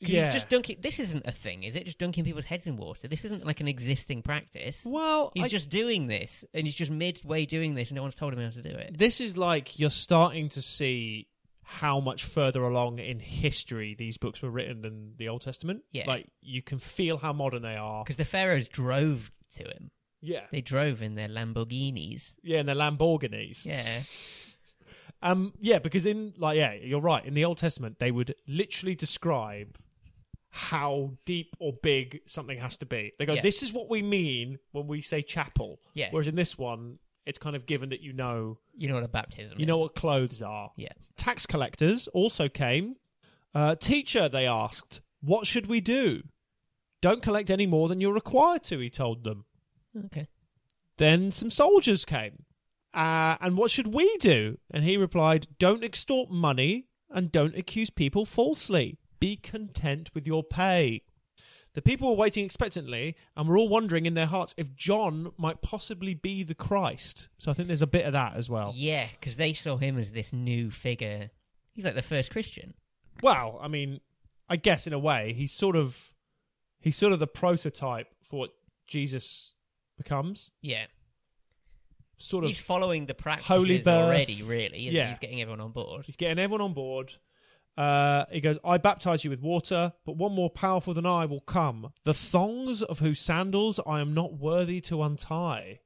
[SPEAKER 1] 'Cause He's just dunking. This isn't a thing, is it? Just dunking people's heads in water. This isn't like an existing practice.
[SPEAKER 2] Well,
[SPEAKER 1] He's
[SPEAKER 2] I-
[SPEAKER 1] just doing this, and he's just midway doing this, and no one's told him how to do it.
[SPEAKER 2] this is like you're starting to see how much further along in history these books were written than the Old Testament.
[SPEAKER 1] Yeah.
[SPEAKER 2] Like you can feel how modern they are.
[SPEAKER 1] Because the pharaohs drove to him.
[SPEAKER 2] Yeah.
[SPEAKER 1] They drove in their Lamborghinis.
[SPEAKER 2] Yeah, and the Lamborghinis.
[SPEAKER 1] Yeah.
[SPEAKER 2] Um yeah, because in like yeah, you're right. In the Old Testament they would literally describe how deep or big something has to be. They go,
[SPEAKER 1] Yeah.
[SPEAKER 2] This is what we mean when we say chapel.
[SPEAKER 1] Yeah.
[SPEAKER 2] Whereas in this one it's kind of given that you know
[SPEAKER 1] You know what a baptism
[SPEAKER 2] you
[SPEAKER 1] is.
[SPEAKER 2] know what clothes are.
[SPEAKER 1] Yeah.
[SPEAKER 2] Tax collectors also came. Uh, Teacher, they asked, what should we do? Don't collect any more than you're required to, he told them.
[SPEAKER 1] Okay.
[SPEAKER 2] Then some soldiers came. Uh, and what should we do? And he replied, Don't extort money and don't accuse people falsely. Be content with your pay. The people were waiting expectantly and were all wondering in their hearts if John might possibly be the Christ. So I think there's a bit of that as well.
[SPEAKER 1] Yeah, because they saw him as this new figure. He's like the first Christian.
[SPEAKER 2] Well, I mean, I guess in a way he's sort of he's sort of the prototype for what Jesus becomes.
[SPEAKER 1] Yeah.
[SPEAKER 2] Sort of
[SPEAKER 1] he's following the practices
[SPEAKER 2] holy birth.
[SPEAKER 1] already, really. Isn't
[SPEAKER 2] Yeah.
[SPEAKER 1] he? He's getting everyone on board.
[SPEAKER 2] He's getting everyone on board. Uh, he goes, I baptize you with water, but one more powerful than I will come, the thongs of whose sandals I am not worthy to untie.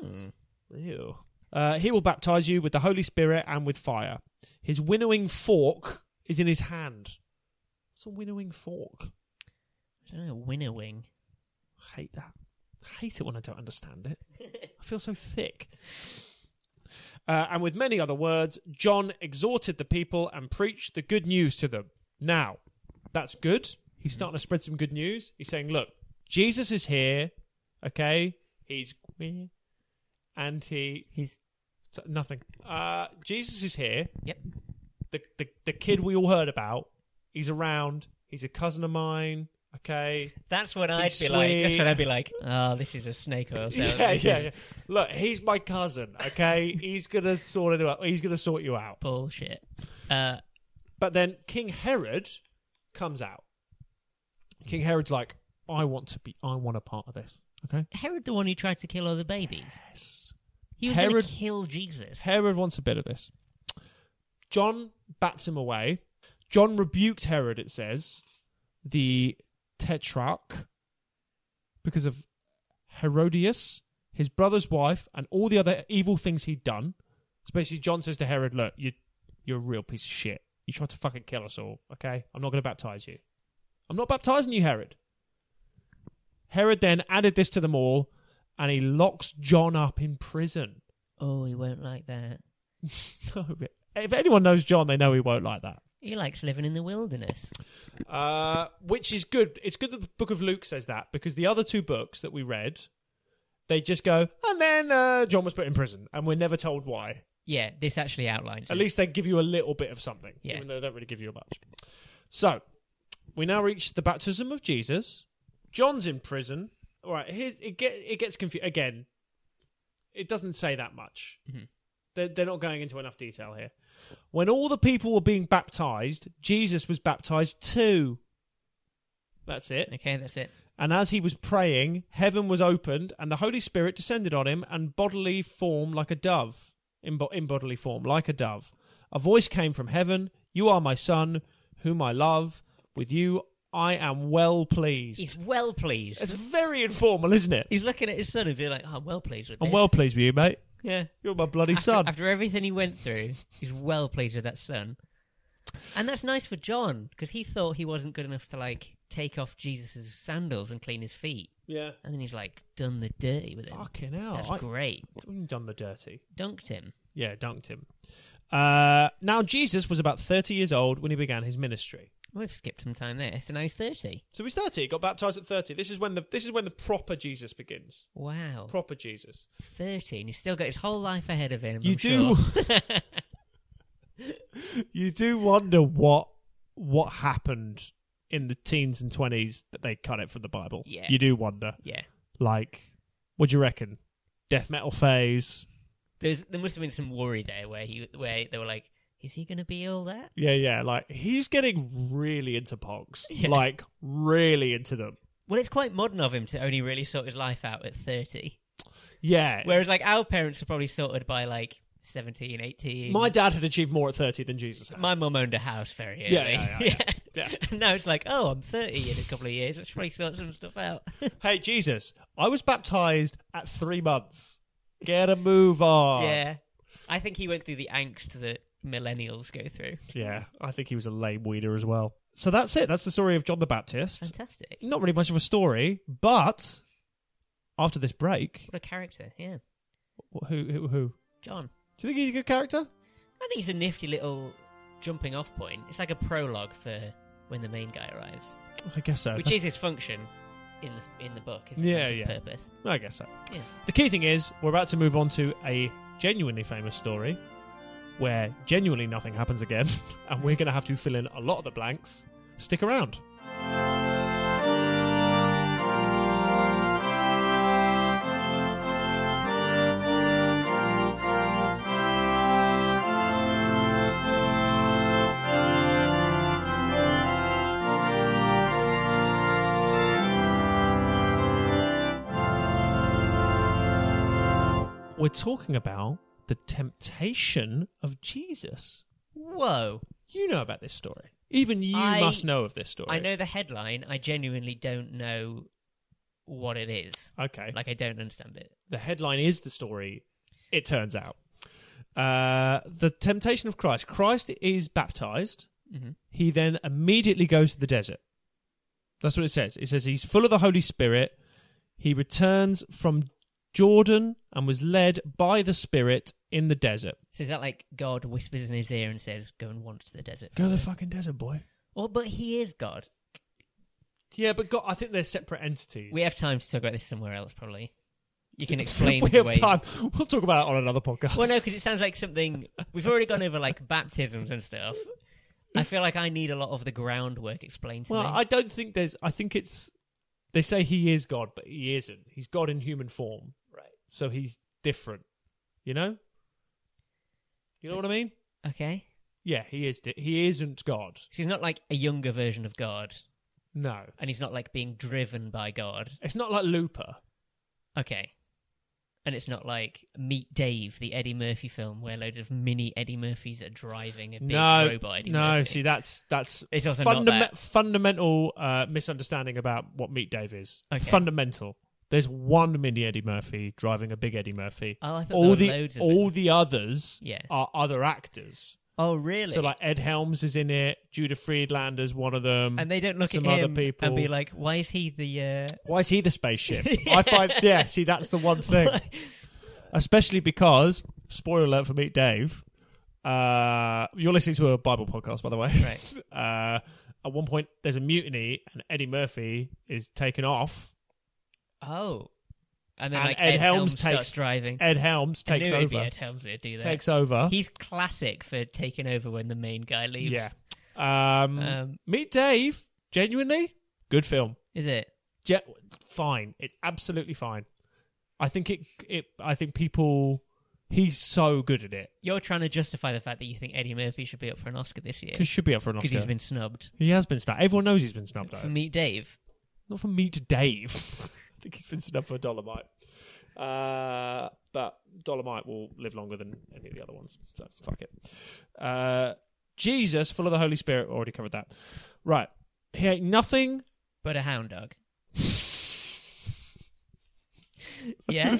[SPEAKER 1] Hmm.
[SPEAKER 2] Ew. Uh, he will baptize you with the Holy Spirit and with fire. His winnowing fork is in his hand. What's a winnowing fork?
[SPEAKER 1] I don't know, winner wing.
[SPEAKER 2] I hate that. I hate it when I don't understand it. I feel so thick. Uh, and with many other words, John exhorted the people and preached the good news to them. Now, that's good. He's starting to spread some good news. He's saying, look, Jesus is here, okay? He's queer. And he.
[SPEAKER 1] He's
[SPEAKER 2] Nothing. Uh, Jesus is here.
[SPEAKER 1] Yep.
[SPEAKER 2] The, the, the kid we all heard about, he's around. He's a cousin of mine, okay?
[SPEAKER 1] that's what I'd be like. That's
[SPEAKER 2] sweet.
[SPEAKER 1] what I'd be like. Oh, this is a snake oil. salad.
[SPEAKER 2] yeah,
[SPEAKER 1] This
[SPEAKER 2] yeah,
[SPEAKER 1] is
[SPEAKER 2] yeah. Look, he's my cousin. Okay, he's gonna sort it out. He's gonna sort you out.
[SPEAKER 1] Bullshit. Uh,
[SPEAKER 2] But then King Herod comes out. King Herod's like, I want to be. I want a part of this. Okay.
[SPEAKER 1] Herod, the one who tried to kill all the babies,
[SPEAKER 2] Yes.
[SPEAKER 1] he was going
[SPEAKER 2] Herod-
[SPEAKER 1] to kill Jesus.
[SPEAKER 2] Herod wants a bit of this. John bats him away. John rebuked Herod. It says the tetrarch because of Herodias, his brother's wife, and all the other evil things he'd done. So basically, John says to Herod, "Look, you, you're a real piece of shit. You tried to fucking kill us all. Okay, I'm not going to baptize you. I'm not baptizing you, Herod." Herod then added this to them all, and he locks John up in prison.
[SPEAKER 1] oh, he won't like that.
[SPEAKER 2] No, but if anyone knows John, they know he won't like that.
[SPEAKER 1] He likes living in the wilderness.
[SPEAKER 2] Uh, which is good. It's good that the book of Luke says that because the other two books that we read, they just go, and then uh, John was put in prison, and we're never told why.
[SPEAKER 1] Yeah, this actually outlines.
[SPEAKER 2] At
[SPEAKER 1] it.
[SPEAKER 2] least they give you a little bit of something,
[SPEAKER 1] Yeah.
[SPEAKER 2] even though they don't really give you much. So, we now reach the baptism of Jesus. John's in prison. All right, here, it, get, it gets confused. Again, it doesn't say that much.
[SPEAKER 1] Mhm.
[SPEAKER 2] They're, they're not going into enough detail here. When all the people were being baptized, Jesus was baptized too. That's it.
[SPEAKER 1] Okay, that's it.
[SPEAKER 2] And as he was praying, heaven was opened, and the Holy Spirit descended on him and bodily form like a dove. In, bo- in bodily form, like a dove. A voice came from heaven You are my son, whom I love. With you I am well pleased.
[SPEAKER 1] He's well pleased.
[SPEAKER 2] it's very informal, isn't it?
[SPEAKER 1] He's looking at his son and being like, oh, "I'm well pleased with
[SPEAKER 2] I'm
[SPEAKER 1] this."
[SPEAKER 2] well pleased with you, mate.
[SPEAKER 1] yeah.
[SPEAKER 2] You're my bloody
[SPEAKER 1] after,
[SPEAKER 2] son.
[SPEAKER 1] After everything he went through, he's well pleased with that son. And that's nice for John because he thought he wasn't good enough to like take off Jesus' sandals and clean his feet,
[SPEAKER 2] Yeah.
[SPEAKER 1] and then he's like done the dirty with him.
[SPEAKER 2] Fucking hell.
[SPEAKER 1] that's
[SPEAKER 2] I-
[SPEAKER 1] great.
[SPEAKER 2] I've done the dirty.
[SPEAKER 1] Dunked him.
[SPEAKER 2] Yeah, dunked him. Uh, now, Jesus was about 30 years old when he began his ministry.
[SPEAKER 1] We've skipped some time there, so now he's thirty.
[SPEAKER 2] So he's thirty. Got baptized at thirty. This is when the this is when the proper Jesus begins.
[SPEAKER 1] Wow,
[SPEAKER 2] Proper Jesus.
[SPEAKER 1] thirty, and he's still got his whole life ahead of him.
[SPEAKER 2] You
[SPEAKER 1] I'm
[SPEAKER 2] do-
[SPEAKER 1] sure.
[SPEAKER 2] You do wonder what what happened in the teens and twenties that they cut it from the Bible.
[SPEAKER 1] Yeah.
[SPEAKER 2] You do wonder.
[SPEAKER 1] yeah.
[SPEAKER 2] Like, what do you reckon? Death metal phase.
[SPEAKER 1] There's there must have been some worry there where he where they were like, is he going to be all that?
[SPEAKER 2] Yeah, yeah. Like he's getting really into pogs.
[SPEAKER 1] Yeah.
[SPEAKER 2] Like really into them.
[SPEAKER 1] Well, it's quite modern of him to only really sort his life out at thirty.
[SPEAKER 2] Yeah.
[SPEAKER 1] Whereas, like, our parents are probably sorted by like 17, 18.
[SPEAKER 2] my dad had achieved more at thirty than Jesus had.
[SPEAKER 1] my mum owned a house very early.
[SPEAKER 2] Yeah, yeah, yeah, yeah. Yeah.
[SPEAKER 1] And now it's like, oh, I'm 30 in a couple of years. Let's probably sort some stuff out.
[SPEAKER 2] hey Jesus, I was baptized at three months. Get a move on.
[SPEAKER 1] yeah. I think he went through the angst that millennials go through.
[SPEAKER 2] Yeah, I think he was a lame weeder as well. So that's it. That's the story of John the Baptist.
[SPEAKER 1] Fantastic.
[SPEAKER 2] Not really much of a story, but after this break,
[SPEAKER 1] What a character, yeah.
[SPEAKER 2] Who? Who? who?
[SPEAKER 1] John,
[SPEAKER 2] Do you think he's a good character?
[SPEAKER 1] I think it's a nifty little jumping off point. It's like a prologue for when the main guy arrives,
[SPEAKER 2] I guess so.
[SPEAKER 1] which is his function in the, in the book. It's
[SPEAKER 2] Uh, Yeah,
[SPEAKER 1] yeah, his
[SPEAKER 2] yeah.
[SPEAKER 1] purpose.
[SPEAKER 2] I guess so.
[SPEAKER 1] Yeah.
[SPEAKER 2] The key thing is, we're about to move on to a genuinely famous story where genuinely nothing happens again, and we're going to have to fill in a lot of the blanks. Stick around. We're talking about the temptation of Jesus.
[SPEAKER 1] Whoa.
[SPEAKER 2] You know about this story. Even you
[SPEAKER 1] I-
[SPEAKER 2] must know of this story.
[SPEAKER 1] I know the headline. I genuinely don't know what it is.
[SPEAKER 2] Okay.
[SPEAKER 1] Like, I don't understand it.
[SPEAKER 2] the headline is the story. It turns out. Uh, the temptation of Christ. Christ is baptized.
[SPEAKER 1] Mm-hmm.
[SPEAKER 2] he then immediately goes to the desert. That's what it says. It says he's full of the Holy Spirit. He returns from Jordan and was led by the Spirit in the desert.
[SPEAKER 1] So is that like God whispers in his ear and says, "Go and wander to the desert"?
[SPEAKER 2] Go to the fucking desert, boy.
[SPEAKER 1] Well, but he is God.
[SPEAKER 2] Yeah, but God, I think they're separate entities.
[SPEAKER 1] We have time to talk about this somewhere else, probably. You can explain.
[SPEAKER 2] we
[SPEAKER 1] the
[SPEAKER 2] have
[SPEAKER 1] way-
[SPEAKER 2] time. We'll talk about it on another podcast.
[SPEAKER 1] Well, no, because it sounds like something we've already gone over, like baptisms and stuff. I feel like I need a lot of the groundwork explained to
[SPEAKER 2] Well,
[SPEAKER 1] me.
[SPEAKER 2] I don't think there's. I think it's. They say he is God, but he isn't. He's God in human form.
[SPEAKER 1] Right.
[SPEAKER 2] So he's different. You know. You know what I mean?
[SPEAKER 1] Okay,
[SPEAKER 2] Yeah, he is. Di- he isn't God.
[SPEAKER 1] so he's not like a younger version of God,
[SPEAKER 2] No.
[SPEAKER 1] and he's not like being driven by God.
[SPEAKER 2] It's not like Looper.
[SPEAKER 1] Okay. And it's not like Meet Dave, the Eddie Murphy film, where loads of mini Eddie Murphys are driving a big
[SPEAKER 2] no,
[SPEAKER 1] robot Eddie
[SPEAKER 2] no.
[SPEAKER 1] Murphy.
[SPEAKER 2] See, that's that's
[SPEAKER 1] It's also not that.
[SPEAKER 2] fundamental uh, misunderstanding about what Meat Dave is.
[SPEAKER 1] Okay.
[SPEAKER 2] Fundamental. There's one mini Eddie Murphy driving a big Eddie Murphy.
[SPEAKER 1] Oh, I thought there
[SPEAKER 2] all
[SPEAKER 1] were
[SPEAKER 2] the
[SPEAKER 1] loads of
[SPEAKER 2] all
[SPEAKER 1] them.
[SPEAKER 2] the others
[SPEAKER 1] Yeah.
[SPEAKER 2] are other actors.
[SPEAKER 1] Oh, really?
[SPEAKER 2] So like Ed Helms is in it. Judah Friedlander's one of them.
[SPEAKER 1] and they don't look
[SPEAKER 2] some
[SPEAKER 1] at
[SPEAKER 2] other
[SPEAKER 1] him
[SPEAKER 2] people.
[SPEAKER 1] and be like, "Why is he the?" Uh...
[SPEAKER 2] Why is he the spaceship? I find yeah. See, that's the one thing. especially because spoiler alert for Meet Dave. Uh, you're listening to a Bible podcast, by the way.
[SPEAKER 1] Right.
[SPEAKER 2] Uh, at one point, there's a mutiny, and Eddie Murphy is taken off.
[SPEAKER 1] Oh, and then
[SPEAKER 2] And
[SPEAKER 1] like
[SPEAKER 2] Ed
[SPEAKER 1] Ed,
[SPEAKER 2] Helms
[SPEAKER 1] Helms, starts
[SPEAKER 2] takes-
[SPEAKER 1] driving.
[SPEAKER 2] Ed Helms takes
[SPEAKER 1] I knew it'd be
[SPEAKER 2] over.
[SPEAKER 1] Ed Helms that do that.
[SPEAKER 2] Takes over.
[SPEAKER 1] He's classic for taking over when the main guy leaves.
[SPEAKER 2] yeah. Um,
[SPEAKER 1] Um,
[SPEAKER 2] Meet Dave. Genuinely, good film.
[SPEAKER 1] is it?
[SPEAKER 2] Je- fine. It's absolutely fine. I think it. It. I think people. He's so good at it.
[SPEAKER 1] You're trying to justify the fact that you think Eddie Murphy should be up for an Oscar this year
[SPEAKER 2] He should be up for an
[SPEAKER 1] because
[SPEAKER 2] Oscar.
[SPEAKER 1] he's been snubbed
[SPEAKER 2] he has been snubbed. Everyone knows he's been snubbed. Though.
[SPEAKER 1] for Meet Dave.
[SPEAKER 2] Not for me to Dave. I think he's been snubbed for Dolomite. Uh, but Dolomite will live longer than any of the other ones. So fuck it. Uh, Jesus, full of the Holy Spirit. Already covered that. Right. He ate nothing.
[SPEAKER 1] But a hound dog. yeah.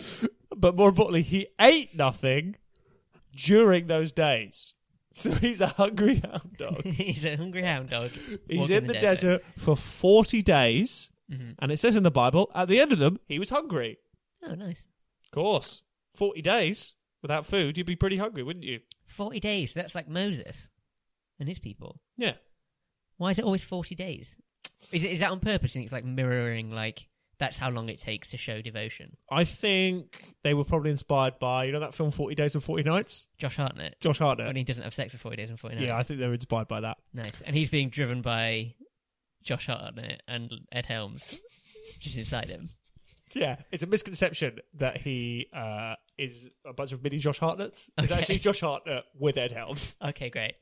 [SPEAKER 2] But more importantly, he ate nothing during those days. So he's a hungry hound dog.
[SPEAKER 1] He's a hungry hound dog.
[SPEAKER 2] He's
[SPEAKER 1] walking
[SPEAKER 2] in the, desert. for 40 days.
[SPEAKER 1] Mhm.
[SPEAKER 2] And it says in the Bible, at the end of them, he was hungry.
[SPEAKER 1] Oh, nice.
[SPEAKER 2] Of course. 40 days without food, you'd be pretty hungry, wouldn't you?
[SPEAKER 1] 40 days. That's like Moses and his people.
[SPEAKER 2] Yeah.
[SPEAKER 1] Why is it always 40 days? Is, it, is that on purpose? And it's like mirroring, like, that's how long it takes to show devotion.
[SPEAKER 2] I think they were probably inspired by you know that film Forty Days and Forty Nights,
[SPEAKER 1] Josh Hartnett,
[SPEAKER 2] Josh
[SPEAKER 1] when
[SPEAKER 2] Hartnett.
[SPEAKER 1] he doesn't have sex for 40 days and 40 nights.
[SPEAKER 2] Yeah, I think they were inspired by that.
[SPEAKER 1] Nice. And he's being driven by Josh Hartnett and Ed Helms just inside him.
[SPEAKER 2] Yeah, it's a misconception that he uh, is a bunch of mini Josh Hartnetts. It's
[SPEAKER 1] Okay.
[SPEAKER 2] actually Josh Hartnett with Ed Helms.
[SPEAKER 1] Okay, great.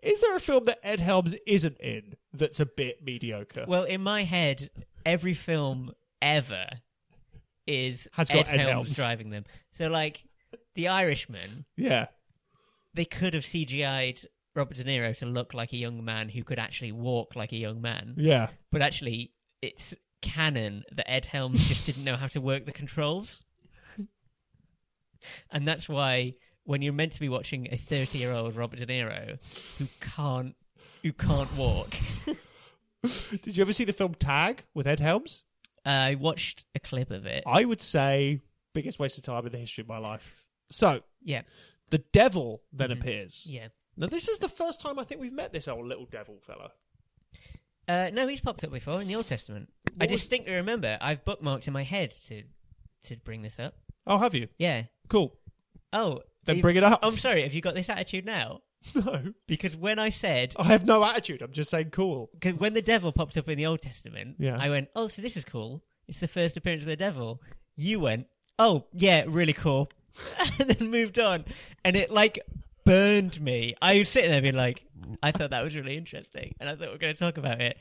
[SPEAKER 2] Is there a film that Ed Helms isn't in that's a bit mediocre?
[SPEAKER 1] Well, in my head, every film ever is
[SPEAKER 2] Has
[SPEAKER 1] Ed,
[SPEAKER 2] got Ed
[SPEAKER 1] Helms,
[SPEAKER 2] Helms.
[SPEAKER 1] driving them. So, like, The Irishman,
[SPEAKER 2] yeah,
[SPEAKER 1] they could have CGI'd Robert De Niro to look like a young man who could actually walk like a young man.
[SPEAKER 2] yeah.
[SPEAKER 1] But actually, it's canon that Ed Helms just didn't know how to work the controls. And that's why when you're meant to be watching a 30 year old Robert De Niro who can't. Who can't walk?
[SPEAKER 2] Did you ever see the film Tag with Ed Helms?
[SPEAKER 1] I watched a clip of it.
[SPEAKER 2] I would say biggest waste of time in the history of my life. So
[SPEAKER 1] Yeah.
[SPEAKER 2] the devil then
[SPEAKER 1] Mhm.
[SPEAKER 2] appears.
[SPEAKER 1] Yeah.
[SPEAKER 2] Now this is the first time I think we've met this old little devil fella.
[SPEAKER 1] Uh, no, he's popped up before in the Old Testament. I
[SPEAKER 2] What was-
[SPEAKER 1] distinctly remember. I've bookmarked in my head to to bring this up.
[SPEAKER 2] Oh, have you?
[SPEAKER 1] Yeah.
[SPEAKER 2] Cool.
[SPEAKER 1] Oh.
[SPEAKER 2] Then
[SPEAKER 1] you-
[SPEAKER 2] bring it up.
[SPEAKER 1] I'm sorry. Have you got this attitude now?
[SPEAKER 2] no,
[SPEAKER 1] Because when I said,
[SPEAKER 2] I have no attitude. I'm just saying cool.
[SPEAKER 1] cause when the devil popped up in the Old Testament,
[SPEAKER 2] Yeah.
[SPEAKER 1] I went, "Oh, so this is cool. It's the first appearance of the devil." You went, "Oh, yeah, really cool," and then moved on, and it like burned me. I was sitting there being like, "I thought that was really interesting," and I thought we are going to talk about it.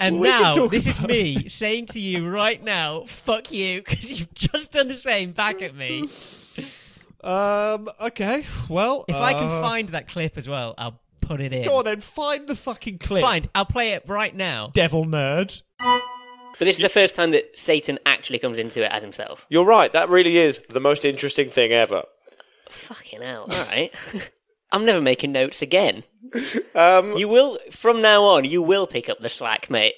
[SPEAKER 1] And
[SPEAKER 2] We can
[SPEAKER 1] now
[SPEAKER 2] talk
[SPEAKER 1] this is
[SPEAKER 2] about
[SPEAKER 1] me saying to you right now, "Fuck you," because you've just done the same back at me.
[SPEAKER 2] Um. Okay. Well,
[SPEAKER 1] If I can
[SPEAKER 2] uh,
[SPEAKER 1] find that clip as well, I'll put it in.
[SPEAKER 2] Go on then. Find the fucking clip.
[SPEAKER 1] Fine, I'll play it right now.
[SPEAKER 2] Devil nerd.
[SPEAKER 1] So this is the first time that Satan actually comes into it as himself.
[SPEAKER 3] You're right, that really is the most interesting thing ever.
[SPEAKER 1] Fucking hell! All right, I'm never making notes again.
[SPEAKER 3] Um,
[SPEAKER 1] You will from now on. You will pick up the slack, mate.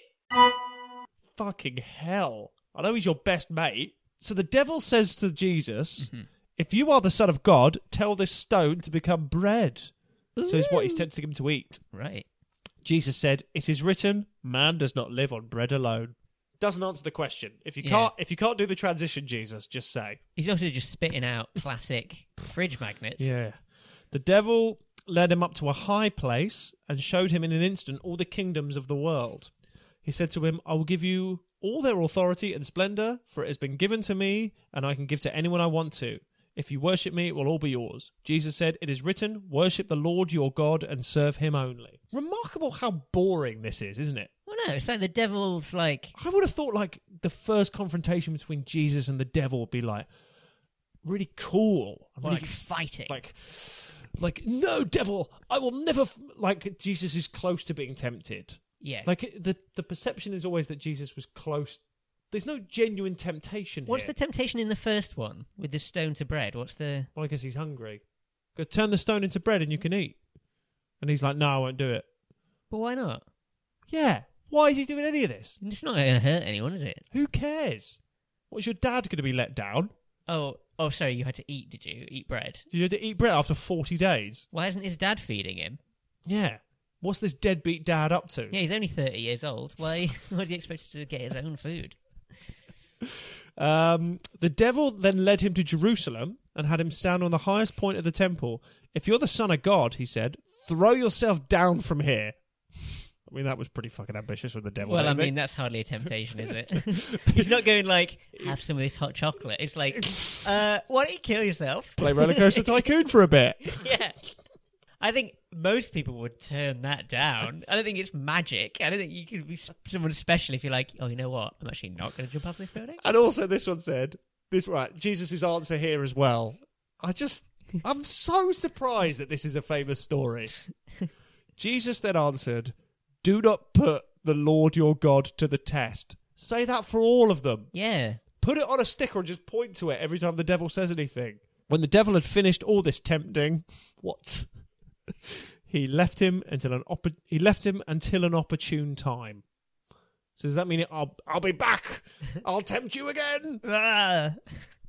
[SPEAKER 2] Fucking hell. I know he's your best mate. So the devil says to Jesus, "If you are the son of God, tell this stone to become bread." So it's what he's tempting him to eat.
[SPEAKER 1] Right.
[SPEAKER 2] Jesus said, "It is written, man does not live on bread alone." Doesn't answer the question. If you
[SPEAKER 1] Yeah.
[SPEAKER 2] can't, if you can't do the transition, Jesus, just say,
[SPEAKER 1] He's also just spitting out classic fridge magnets.
[SPEAKER 2] "Yeah." The devil led him up to a high place and showed him in an instant all the kingdoms of the world. He said to him, "I will give you all their authority and splendor, for it has been given to me, and I can give to anyone I want to." If you worship me, it will all be yours. Jesus said, It is written, worship the Lord your God and serve him only. Remarkable how boring this is, isn't it?
[SPEAKER 1] Well, no, it's like the devil's like.
[SPEAKER 2] I would have thought like the first confrontation between Jesus and the devil would be like really cool, and
[SPEAKER 1] Like
[SPEAKER 2] really f-
[SPEAKER 1] fighting.
[SPEAKER 2] like like no devil, I will never f-. like Jesus is close to being tempted.
[SPEAKER 1] yeah.
[SPEAKER 2] Like it- the the perception is always that Jesus was close. There's no genuine temptation.
[SPEAKER 1] What's
[SPEAKER 2] here.
[SPEAKER 1] the temptation in the first one with the stone to bread? What's the?
[SPEAKER 2] well, I guess he's hungry. Go turn the stone into bread and you can eat. And he's like, no, I won't do it.
[SPEAKER 1] But why not?
[SPEAKER 2] Yeah. Why is he doing any of this?
[SPEAKER 1] It's not going to hurt anyone, is it?
[SPEAKER 2] Who cares? What's your dad going to be let down?
[SPEAKER 1] Oh, oh, sorry. You had to eat, did you? Eat bread.
[SPEAKER 2] You had to eat bread after 40 days.
[SPEAKER 1] Why isn't his dad feeding him?
[SPEAKER 2] Yeah. What's this deadbeat dad up to?
[SPEAKER 1] Yeah, he's only thirty years old. Why? Why do you expect him to get his own food?
[SPEAKER 2] Um, the devil then led him to Jerusalem and had him stand on the highest point of the temple. If you're the son of God, he said, throw yourself down from here. I mean, that was pretty fucking ambitious with the devil.
[SPEAKER 1] Well, I
[SPEAKER 2] wasn't it?
[SPEAKER 1] mean, that's hardly a temptation, is it? He's not going like, have some of this hot chocolate. It's like, uh, why don't you kill yourself?
[SPEAKER 2] play Roller Coaster Tycoon for a bit.
[SPEAKER 1] yeah. I think most people would turn that down. I don't think it's magic. I don't think you could be s- someone special if you're like, oh, you know what? I'm actually not going to jump off this building.
[SPEAKER 2] And also, this one said, this right, Jesus' answer here as well. I just, I'm so surprised that this is a famous story. Jesus then answered, Do not put the Lord your God to the test. Say that for all of them.
[SPEAKER 1] Yeah.
[SPEAKER 2] Put it on a sticker and just point to it every time the devil says anything. When the devil had finished all this tempting, what? he left him until an oppor- he left him until an opportune time. So does that mean it, I'll I'll be back? I'll tempt you again.
[SPEAKER 1] Ah.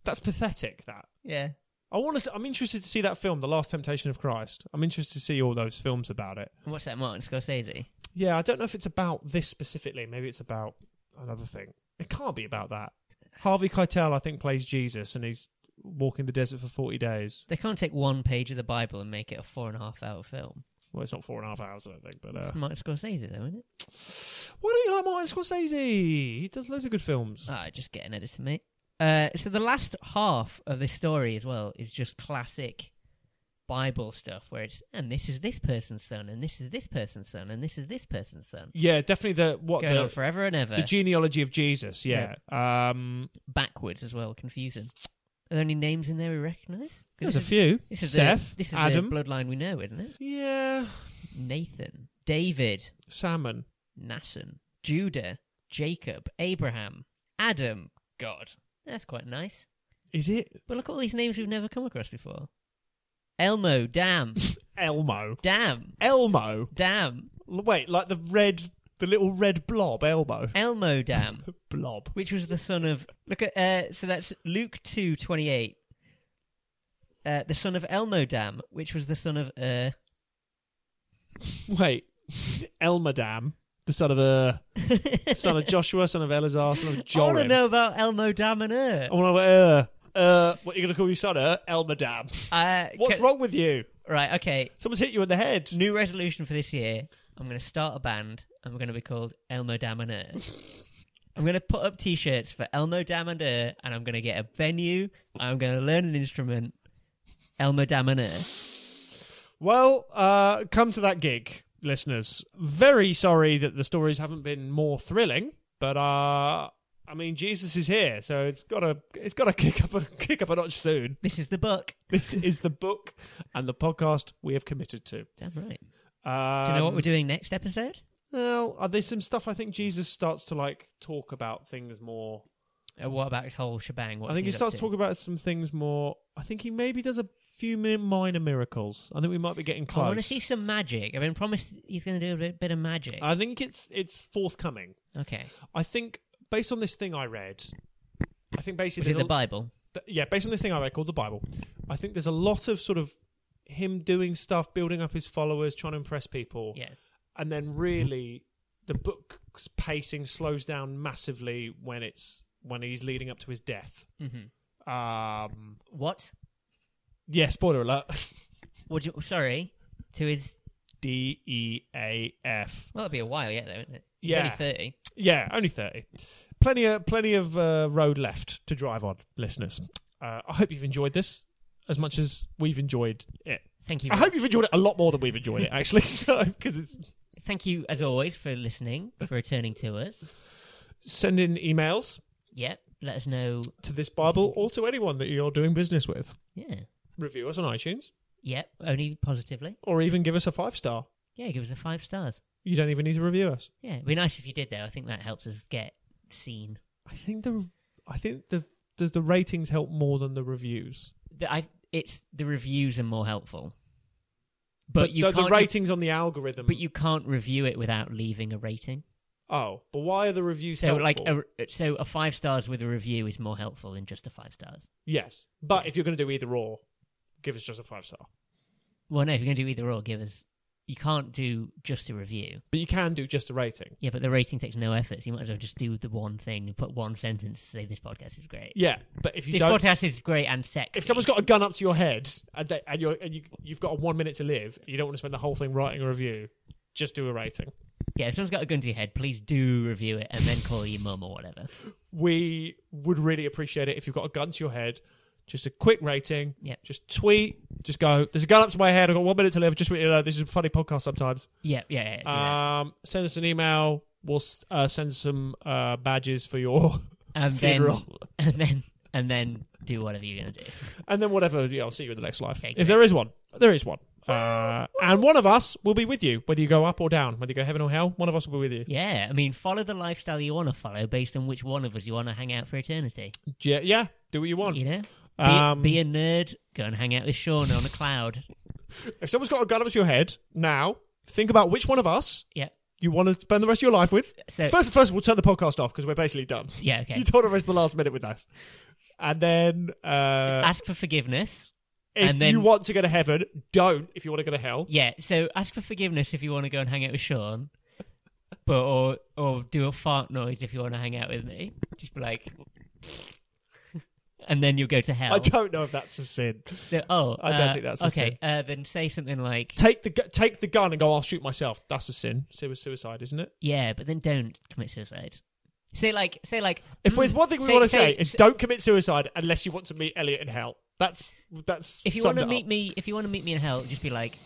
[SPEAKER 2] That's pathetic. That
[SPEAKER 1] Yeah.
[SPEAKER 2] I want to. I'm interested to see that film, The Last Temptation of Christ. I'm interested to see all those films about it.
[SPEAKER 1] And what's that, Martin Scorsese?
[SPEAKER 2] Yeah, I don't know if it's about this specifically. Maybe it's about another thing. It can't be about that. Harvey Keitel, I think, plays Jesus, and he's walking the desert for forty days.
[SPEAKER 1] They can't take one page of the Bible and make it a four and a half hour film.
[SPEAKER 2] Well, it's not four and a half hours, I don't think. But uh,
[SPEAKER 1] It's Martin Scorsese, though, isn't it?
[SPEAKER 2] why don't you like Martin Scorsese? He does loads of good films.
[SPEAKER 1] Ah, just get an editor, mate. Uh, so the last half of this story as well is just classic Bible stuff, where it's and this is this person's son, and this is this person's son, and this is this person's son,
[SPEAKER 2] Yeah, definitely the what
[SPEAKER 1] going on
[SPEAKER 2] the,
[SPEAKER 1] forever and ever,
[SPEAKER 2] the genealogy of Jesus. Yeah, um,
[SPEAKER 1] backwards as well, confusing. Are there any names in there we recognise? 'Cause
[SPEAKER 2] there's a
[SPEAKER 1] this is-
[SPEAKER 2] few.
[SPEAKER 1] This is
[SPEAKER 2] Seth,
[SPEAKER 1] the, this is
[SPEAKER 2] Adam.
[SPEAKER 1] the bloodline we know, isn't it?
[SPEAKER 2] yeah,
[SPEAKER 1] Nathan, David,
[SPEAKER 2] Salmon.
[SPEAKER 1] Nasson, Judah, Jacob, Abraham, Adam. God, that's quite nice.
[SPEAKER 2] Is it
[SPEAKER 1] But look at all these names we've never come across before. Elmo, damn,
[SPEAKER 2] Elmo?
[SPEAKER 1] damn,
[SPEAKER 2] Elmo.
[SPEAKER 1] damn.
[SPEAKER 2] L- Wait, like the red The little red blob, Elmo.
[SPEAKER 1] Elmo Dam,
[SPEAKER 2] Blob.
[SPEAKER 1] which was the son of look at uh, so that's Luke two twenty eight. Uh, the son of Elmo Dam, which was the son of uh,
[SPEAKER 2] Wait. Elmadam, the son of uh, son of Joshua, son of Eleazar, son of
[SPEAKER 1] I want to
[SPEAKER 2] Joram.
[SPEAKER 1] know about Elmo Dam and Ur.
[SPEAKER 2] I want to uh, uh, what are you going to call your son, uh? Elmadam.
[SPEAKER 1] Uh,
[SPEAKER 2] What's
[SPEAKER 1] ca-
[SPEAKER 2] wrong with you?
[SPEAKER 1] Right, okay.
[SPEAKER 2] Someone's hit you in the head.
[SPEAKER 1] New resolution for this year. I'm going to start a band and we're going to be called Elmo Dam and Ur. I'm going to put up t shirts for Elmo Dam and Ur and I'm going to get a venue. I'm going to learn an instrument. Elmo Dam and Ur.
[SPEAKER 2] Well, uh, come to that gig, listeners. Very sorry that the stories haven't been more thrilling, but uh, I mean Jesus is here, so it's gotta it's gotta kick up a kick up a notch soon.
[SPEAKER 1] This is the book.
[SPEAKER 2] This is the book and the podcast we have committed to.
[SPEAKER 1] Damn right.
[SPEAKER 2] Um,
[SPEAKER 1] Do you know what we're doing next episode?
[SPEAKER 2] Well, uh, there's some stuff I think Jesus starts to like talk about things more.
[SPEAKER 1] Uh, what about his whole shebang? What's
[SPEAKER 2] I think he
[SPEAKER 1] up
[SPEAKER 2] starts
[SPEAKER 1] to?
[SPEAKER 2] talking about some things more. I think he maybe does a few mi- minor miracles. I think we might be getting
[SPEAKER 1] I
[SPEAKER 2] close.
[SPEAKER 1] want to see some magic. I've been promised he's going to do a bit, bit of magic.
[SPEAKER 2] I think it's it's forthcoming.
[SPEAKER 1] okay.
[SPEAKER 2] I think based on this thing I read, I think basically
[SPEAKER 1] Which is
[SPEAKER 2] there's
[SPEAKER 1] the
[SPEAKER 2] a-
[SPEAKER 1] Bible.
[SPEAKER 2] th- yeah, based on this thing I read called the Bible, I think there's a lot of sort of him doing stuff, building up his followers, trying to impress people,
[SPEAKER 1] Yeah.
[SPEAKER 2] and then really the book's pacing slows down massively when it's when he's leading up to his death.
[SPEAKER 1] hmm
[SPEAKER 2] Um,
[SPEAKER 1] What?
[SPEAKER 2] yeah, spoiler alert.
[SPEAKER 1] Would you, sorry. To his
[SPEAKER 2] D E A F.
[SPEAKER 1] Well, that'd be a while yet, though, wouldn't it? He's
[SPEAKER 2] Yeah.
[SPEAKER 1] only 30.
[SPEAKER 2] Yeah, only thirty. Plenty of plenty of uh, road left to drive on, listeners. Uh, I hope you've enjoyed this as much as we've enjoyed it.
[SPEAKER 1] Thank you.
[SPEAKER 2] I hope you've enjoyed it a lot more than we've enjoyed it, actually, because it's
[SPEAKER 1] Thank you, as always, for listening, for returning to us.
[SPEAKER 2] send in emails
[SPEAKER 1] Yep. Let us know.
[SPEAKER 2] to this Bible or to anyone that you're doing business with.
[SPEAKER 1] Yeah.
[SPEAKER 2] Review us on iTunes
[SPEAKER 1] Yep. Only positively.
[SPEAKER 2] or even give us a five star.
[SPEAKER 1] Yeah, give us a five stars.
[SPEAKER 2] You don't even need to review us.
[SPEAKER 1] Yeah. It'd be nice if you did, though. I think that helps us get seen.
[SPEAKER 2] I think the I think the does the ratings help more than the reviews.
[SPEAKER 1] The, I, it's the reviews are more helpful, but,
[SPEAKER 2] But,
[SPEAKER 1] you
[SPEAKER 2] the,
[SPEAKER 1] can't.
[SPEAKER 2] the ratings on the algorithm.
[SPEAKER 1] But you can't review it without leaving a rating.
[SPEAKER 2] oh, but why are the reviews
[SPEAKER 1] So,
[SPEAKER 2] helpful?
[SPEAKER 1] like, a, so a five stars with a review is more helpful than just a five stars.
[SPEAKER 2] Yes, but if you're going to do either or, give us just a five star.
[SPEAKER 1] Well, no, if you're going to do either or, give us. You can't do just a review.
[SPEAKER 2] But you can do just a rating.
[SPEAKER 1] Yeah, but the rating takes no effort. So you might as well just do the one thing and put one sentence to say this podcast is great.
[SPEAKER 2] Yeah, but if you
[SPEAKER 1] this
[SPEAKER 2] don't,
[SPEAKER 1] podcast is great and sexy.
[SPEAKER 2] if someone's got a gun up to your head and, they, and you're and you you've got one minute to live, and you don't want to spend the whole thing writing a review. Just do a rating.
[SPEAKER 1] yeah, if someone's got a gun to your head, please do review it and then call your mum or whatever.
[SPEAKER 2] We would really appreciate it if you've got a gun to your head. Just a quick rating.
[SPEAKER 1] Yeah.
[SPEAKER 2] Just tweet. Just go. There's a gun up to my head. I've got one minute to live. Just you know, this is a funny podcast sometimes.
[SPEAKER 1] Yeah, yeah, yeah. do that.
[SPEAKER 2] Um, send us an email. We'll s- uh, send some uh, badges for your
[SPEAKER 1] and then
[SPEAKER 2] funeral.
[SPEAKER 1] and then and then do whatever you're gonna do.
[SPEAKER 2] and then whatever. Yeah, I'll see you in the next life.
[SPEAKER 1] Okay,
[SPEAKER 2] if
[SPEAKER 1] great.
[SPEAKER 2] there is one, there is one. Uh, and one of us will be with you, whether you go up or down, whether you go heaven or hell. One of us will be with you.
[SPEAKER 1] Yeah, I mean, follow the lifestyle you want to follow based on which one of us you want to hang out for eternity.
[SPEAKER 2] Yeah, yeah do what you want.
[SPEAKER 1] You know, be,
[SPEAKER 2] Um,
[SPEAKER 1] be a nerd, go and hang out with Sean on a cloud.
[SPEAKER 2] If someone's got a gun up to your head now, think about which one of us
[SPEAKER 1] Yeah.
[SPEAKER 2] you want to spend the rest of your life with.
[SPEAKER 1] So
[SPEAKER 2] First, first, we'll turn the podcast off because we're basically done.
[SPEAKER 1] yeah, okay.
[SPEAKER 2] You don't want to waste the last minute with us. And then, uh,
[SPEAKER 1] Ask for forgiveness.
[SPEAKER 2] if
[SPEAKER 1] and then-
[SPEAKER 2] you want to go to heaven, don't. If you want to go to hell,
[SPEAKER 1] Yeah, so ask for forgiveness if you want to go and hang out with Sean. But or or do a fart noise if you want to hang out with me. Just be like And then you'll go to hell.
[SPEAKER 2] I don't know if that's a sin.
[SPEAKER 1] So- oh,
[SPEAKER 2] I don't
[SPEAKER 1] uh,
[SPEAKER 2] think that's a
[SPEAKER 1] okay. Uh, then say something like,
[SPEAKER 2] Take the gu- take the gun and go. I'll shoot myself. That's a sin. Sui- Suicide, isn't it?
[SPEAKER 1] "Yeah," but then don't commit suicide. Say like, say like,
[SPEAKER 2] If
[SPEAKER 1] mm,
[SPEAKER 2] there's one thing we
[SPEAKER 1] say-
[SPEAKER 2] want to say,
[SPEAKER 1] say-
[SPEAKER 2] is don't commit suicide unless you want to meet Elliot in hell. That's that's.
[SPEAKER 1] if you
[SPEAKER 2] summed
[SPEAKER 1] want to
[SPEAKER 2] it
[SPEAKER 1] meet
[SPEAKER 2] up.
[SPEAKER 1] me, if you want to meet me in hell, just be like,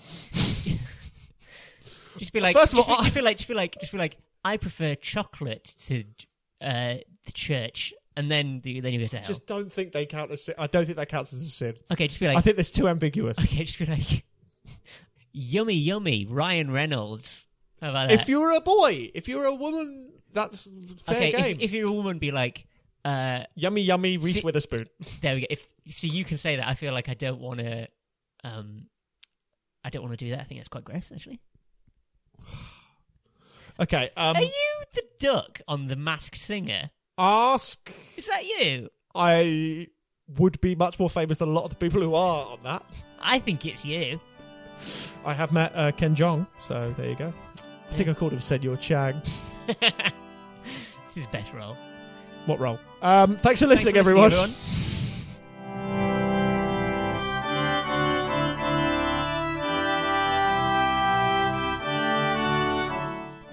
[SPEAKER 1] just be like,
[SPEAKER 2] First of
[SPEAKER 1] just
[SPEAKER 2] all,
[SPEAKER 1] be,
[SPEAKER 2] I-
[SPEAKER 1] just be like, just be like, just be like, I prefer chocolate to uh, the church, and then the, then you go to hell.
[SPEAKER 2] just don't think they count as. Sin. I don't think that counts as a sin.
[SPEAKER 1] okay, just be
[SPEAKER 2] I
[SPEAKER 1] like,
[SPEAKER 2] think that's too ambiguous.
[SPEAKER 1] okay, just be like, yummy, yummy, Ryan Reynolds. How about that?
[SPEAKER 2] if you're a boy, if you're a woman, that's fair
[SPEAKER 1] okay,
[SPEAKER 2] game.
[SPEAKER 1] If, if you're a woman, be like, uh,
[SPEAKER 2] yummy, yummy, Reese
[SPEAKER 1] Si-
[SPEAKER 2] Witherspoon.
[SPEAKER 1] there we go. If so, you can say that. I feel like I don't want to, um, I don't want to do that. I think that's quite gross, actually.
[SPEAKER 2] Okay. Um,
[SPEAKER 1] Are you the duck on The Masked Singer?
[SPEAKER 2] ask.
[SPEAKER 1] Is that you?
[SPEAKER 2] I would be much more famous than a lot of the people who are on that.
[SPEAKER 1] I think it's you.
[SPEAKER 2] I have met uh, Ken Jong, so there you go. I think I called him Senor Chang.
[SPEAKER 1] This is best role.
[SPEAKER 2] What role? Um, thanks for
[SPEAKER 1] Thanks
[SPEAKER 2] listening,
[SPEAKER 1] for
[SPEAKER 2] everyone.
[SPEAKER 1] everyone.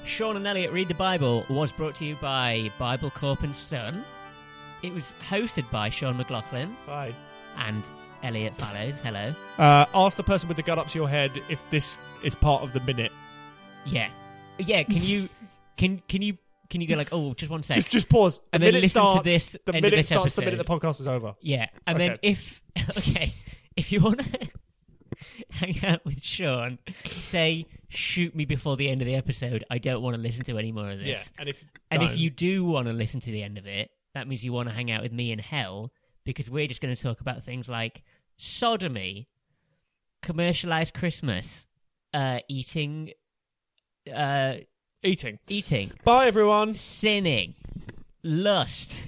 [SPEAKER 1] Sean and Elliot Read the Bible was brought to you by Bible Corp and Son. It was hosted by Sean McLaughlin
[SPEAKER 2] Bye.
[SPEAKER 1] and Elliot Fallows. Hello.
[SPEAKER 2] Uh, ask the person with the gun up to your head if this is part of the minute.
[SPEAKER 1] Yeah, yeah. Can you can can you can you go like oh just one sec?
[SPEAKER 2] Just, just pause. The
[SPEAKER 1] And then
[SPEAKER 2] minute
[SPEAKER 1] listen to
[SPEAKER 2] starts.
[SPEAKER 1] this
[SPEAKER 2] the
[SPEAKER 1] end of
[SPEAKER 2] minute
[SPEAKER 1] this
[SPEAKER 2] starts. The
[SPEAKER 1] episode.
[SPEAKER 2] minute the podcast is over.
[SPEAKER 1] Yeah, and then
[SPEAKER 2] Okay.
[SPEAKER 1] if okay, if you want to hang out with Sean, say shoot me before the end of the episode. I don't want to listen to any more of this.
[SPEAKER 2] Yeah. And if
[SPEAKER 1] and if
[SPEAKER 2] don't,
[SPEAKER 1] you do want to listen to the end of it, that means you want to hang out with me in hell because we're just going to talk about things like sodomy, commercialized Christmas, uh, eating, uh,
[SPEAKER 2] eating.
[SPEAKER 1] eating,
[SPEAKER 2] Bye, everyone.
[SPEAKER 1] sinning, lust.